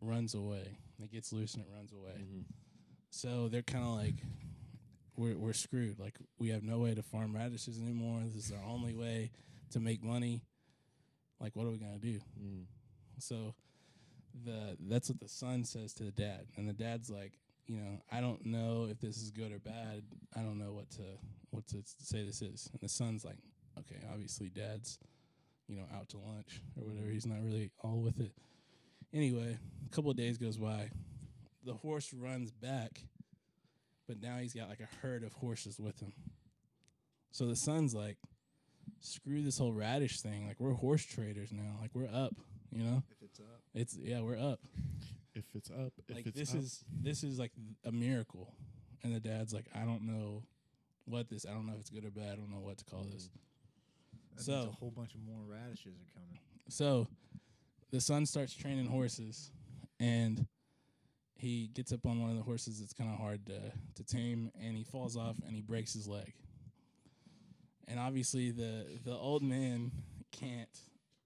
S1: runs away. It gets loose and it runs away.
S3: Mhm.
S1: So they're kind of like, we're, we're screwed. Like, we have no way to farm radishes anymore. This is our only way to make money. Like, what are we going to do?
S3: Mm.
S1: So the that's what the son says to the dad. And the dad's like, you know, I don't know if this is good or bad. I don't know what to what to s- say this is. And the son's like, okay, obviously dad's, you know, out to lunch or whatever. He's not really all with it. Anyway, a couple of days goes by. The horse runs back, but now he's got like a herd of horses with him. So the son's like, screw this whole radish thing. Like we're horse traders now. Like we're up, you know?
S2: If it's up.
S1: It's yeah, we're up.
S3: If it's up, if
S1: like
S3: it's
S1: this
S3: up,
S1: is this is like a miracle, and the dad's like, I don't know what this. I don't know if it's good or bad. I don't know what to call this.
S2: That means
S1: So-
S2: a whole bunch of more radishes are coming.
S1: So the son starts training horses and he gets up on one of the horses that's kind of hard to, to tame and he falls off and he breaks his leg. And obviously the the old man can't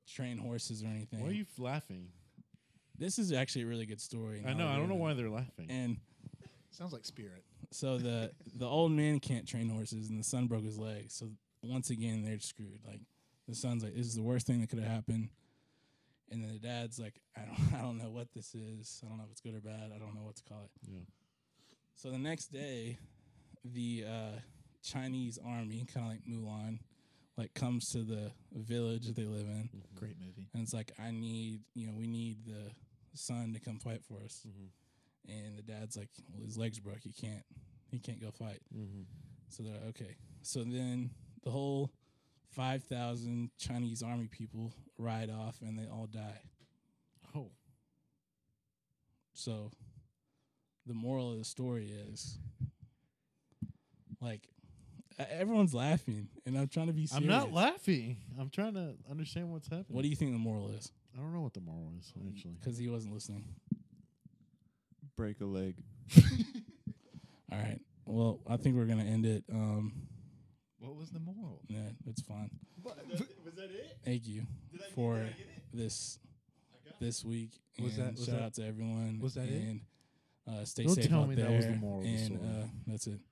S1: train horses or anything.
S3: why are you f- laughing?
S1: this is actually a really good story.
S3: I
S1: and
S3: know.
S1: I'll
S3: I don't know
S1: agree
S3: why
S1: with
S3: they're
S1: it.
S3: laughing.
S1: oh, And
S2: Sounds like spirit.
S1: so the the old man can't train horses and the son broke his leg. So once again they're screwed. Like the son's like, This is the worst thing that could have happened. And then the dad's like, I don't I don't know what this is. I don't know if it's good or bad. I don't know what to call it.
S3: Yeah.
S1: So the next day, the uh, Chinese army, kinda like Mulan, like comes to the village that they live in
S3: Mm-hmm.
S2: Great movie.
S1: and it's like I need, you know, we need the son to come fight for us.
S3: Mhm.
S1: And the dad's like, well, his legs broke. He can't, he can't go fight.
S3: Mhm.
S1: So they're like, okay. So then the whole five thousand Chinese army people ride off, and they all die.
S3: Oh,
S1: So the moral of the story is, like, e- everyone's laughing, and I'm trying to be. Serious.
S3: I'm not laughing. I'm trying to understand what's happening.
S1: What do you think the moral is?
S3: I don't know what the moral is actually.
S1: Because he wasn't listening.
S4: Break a leg.
S1: All right. Well, I think we're gonna end it. Um,
S2: What was the moral?
S1: Yeah, that's fine.
S5: Was that it?
S1: Thank you
S5: Did I get-
S1: for
S5: did I get it?
S1: this this week. And
S2: Was that- was
S1: shout
S2: that-
S1: out to everyone.
S2: was that it?
S1: and, Uh, stay
S3: Don't
S1: safe
S3: tell
S1: out
S3: me
S1: there.
S3: that was the moral of the
S1: and
S3: story.
S1: uh, that's it.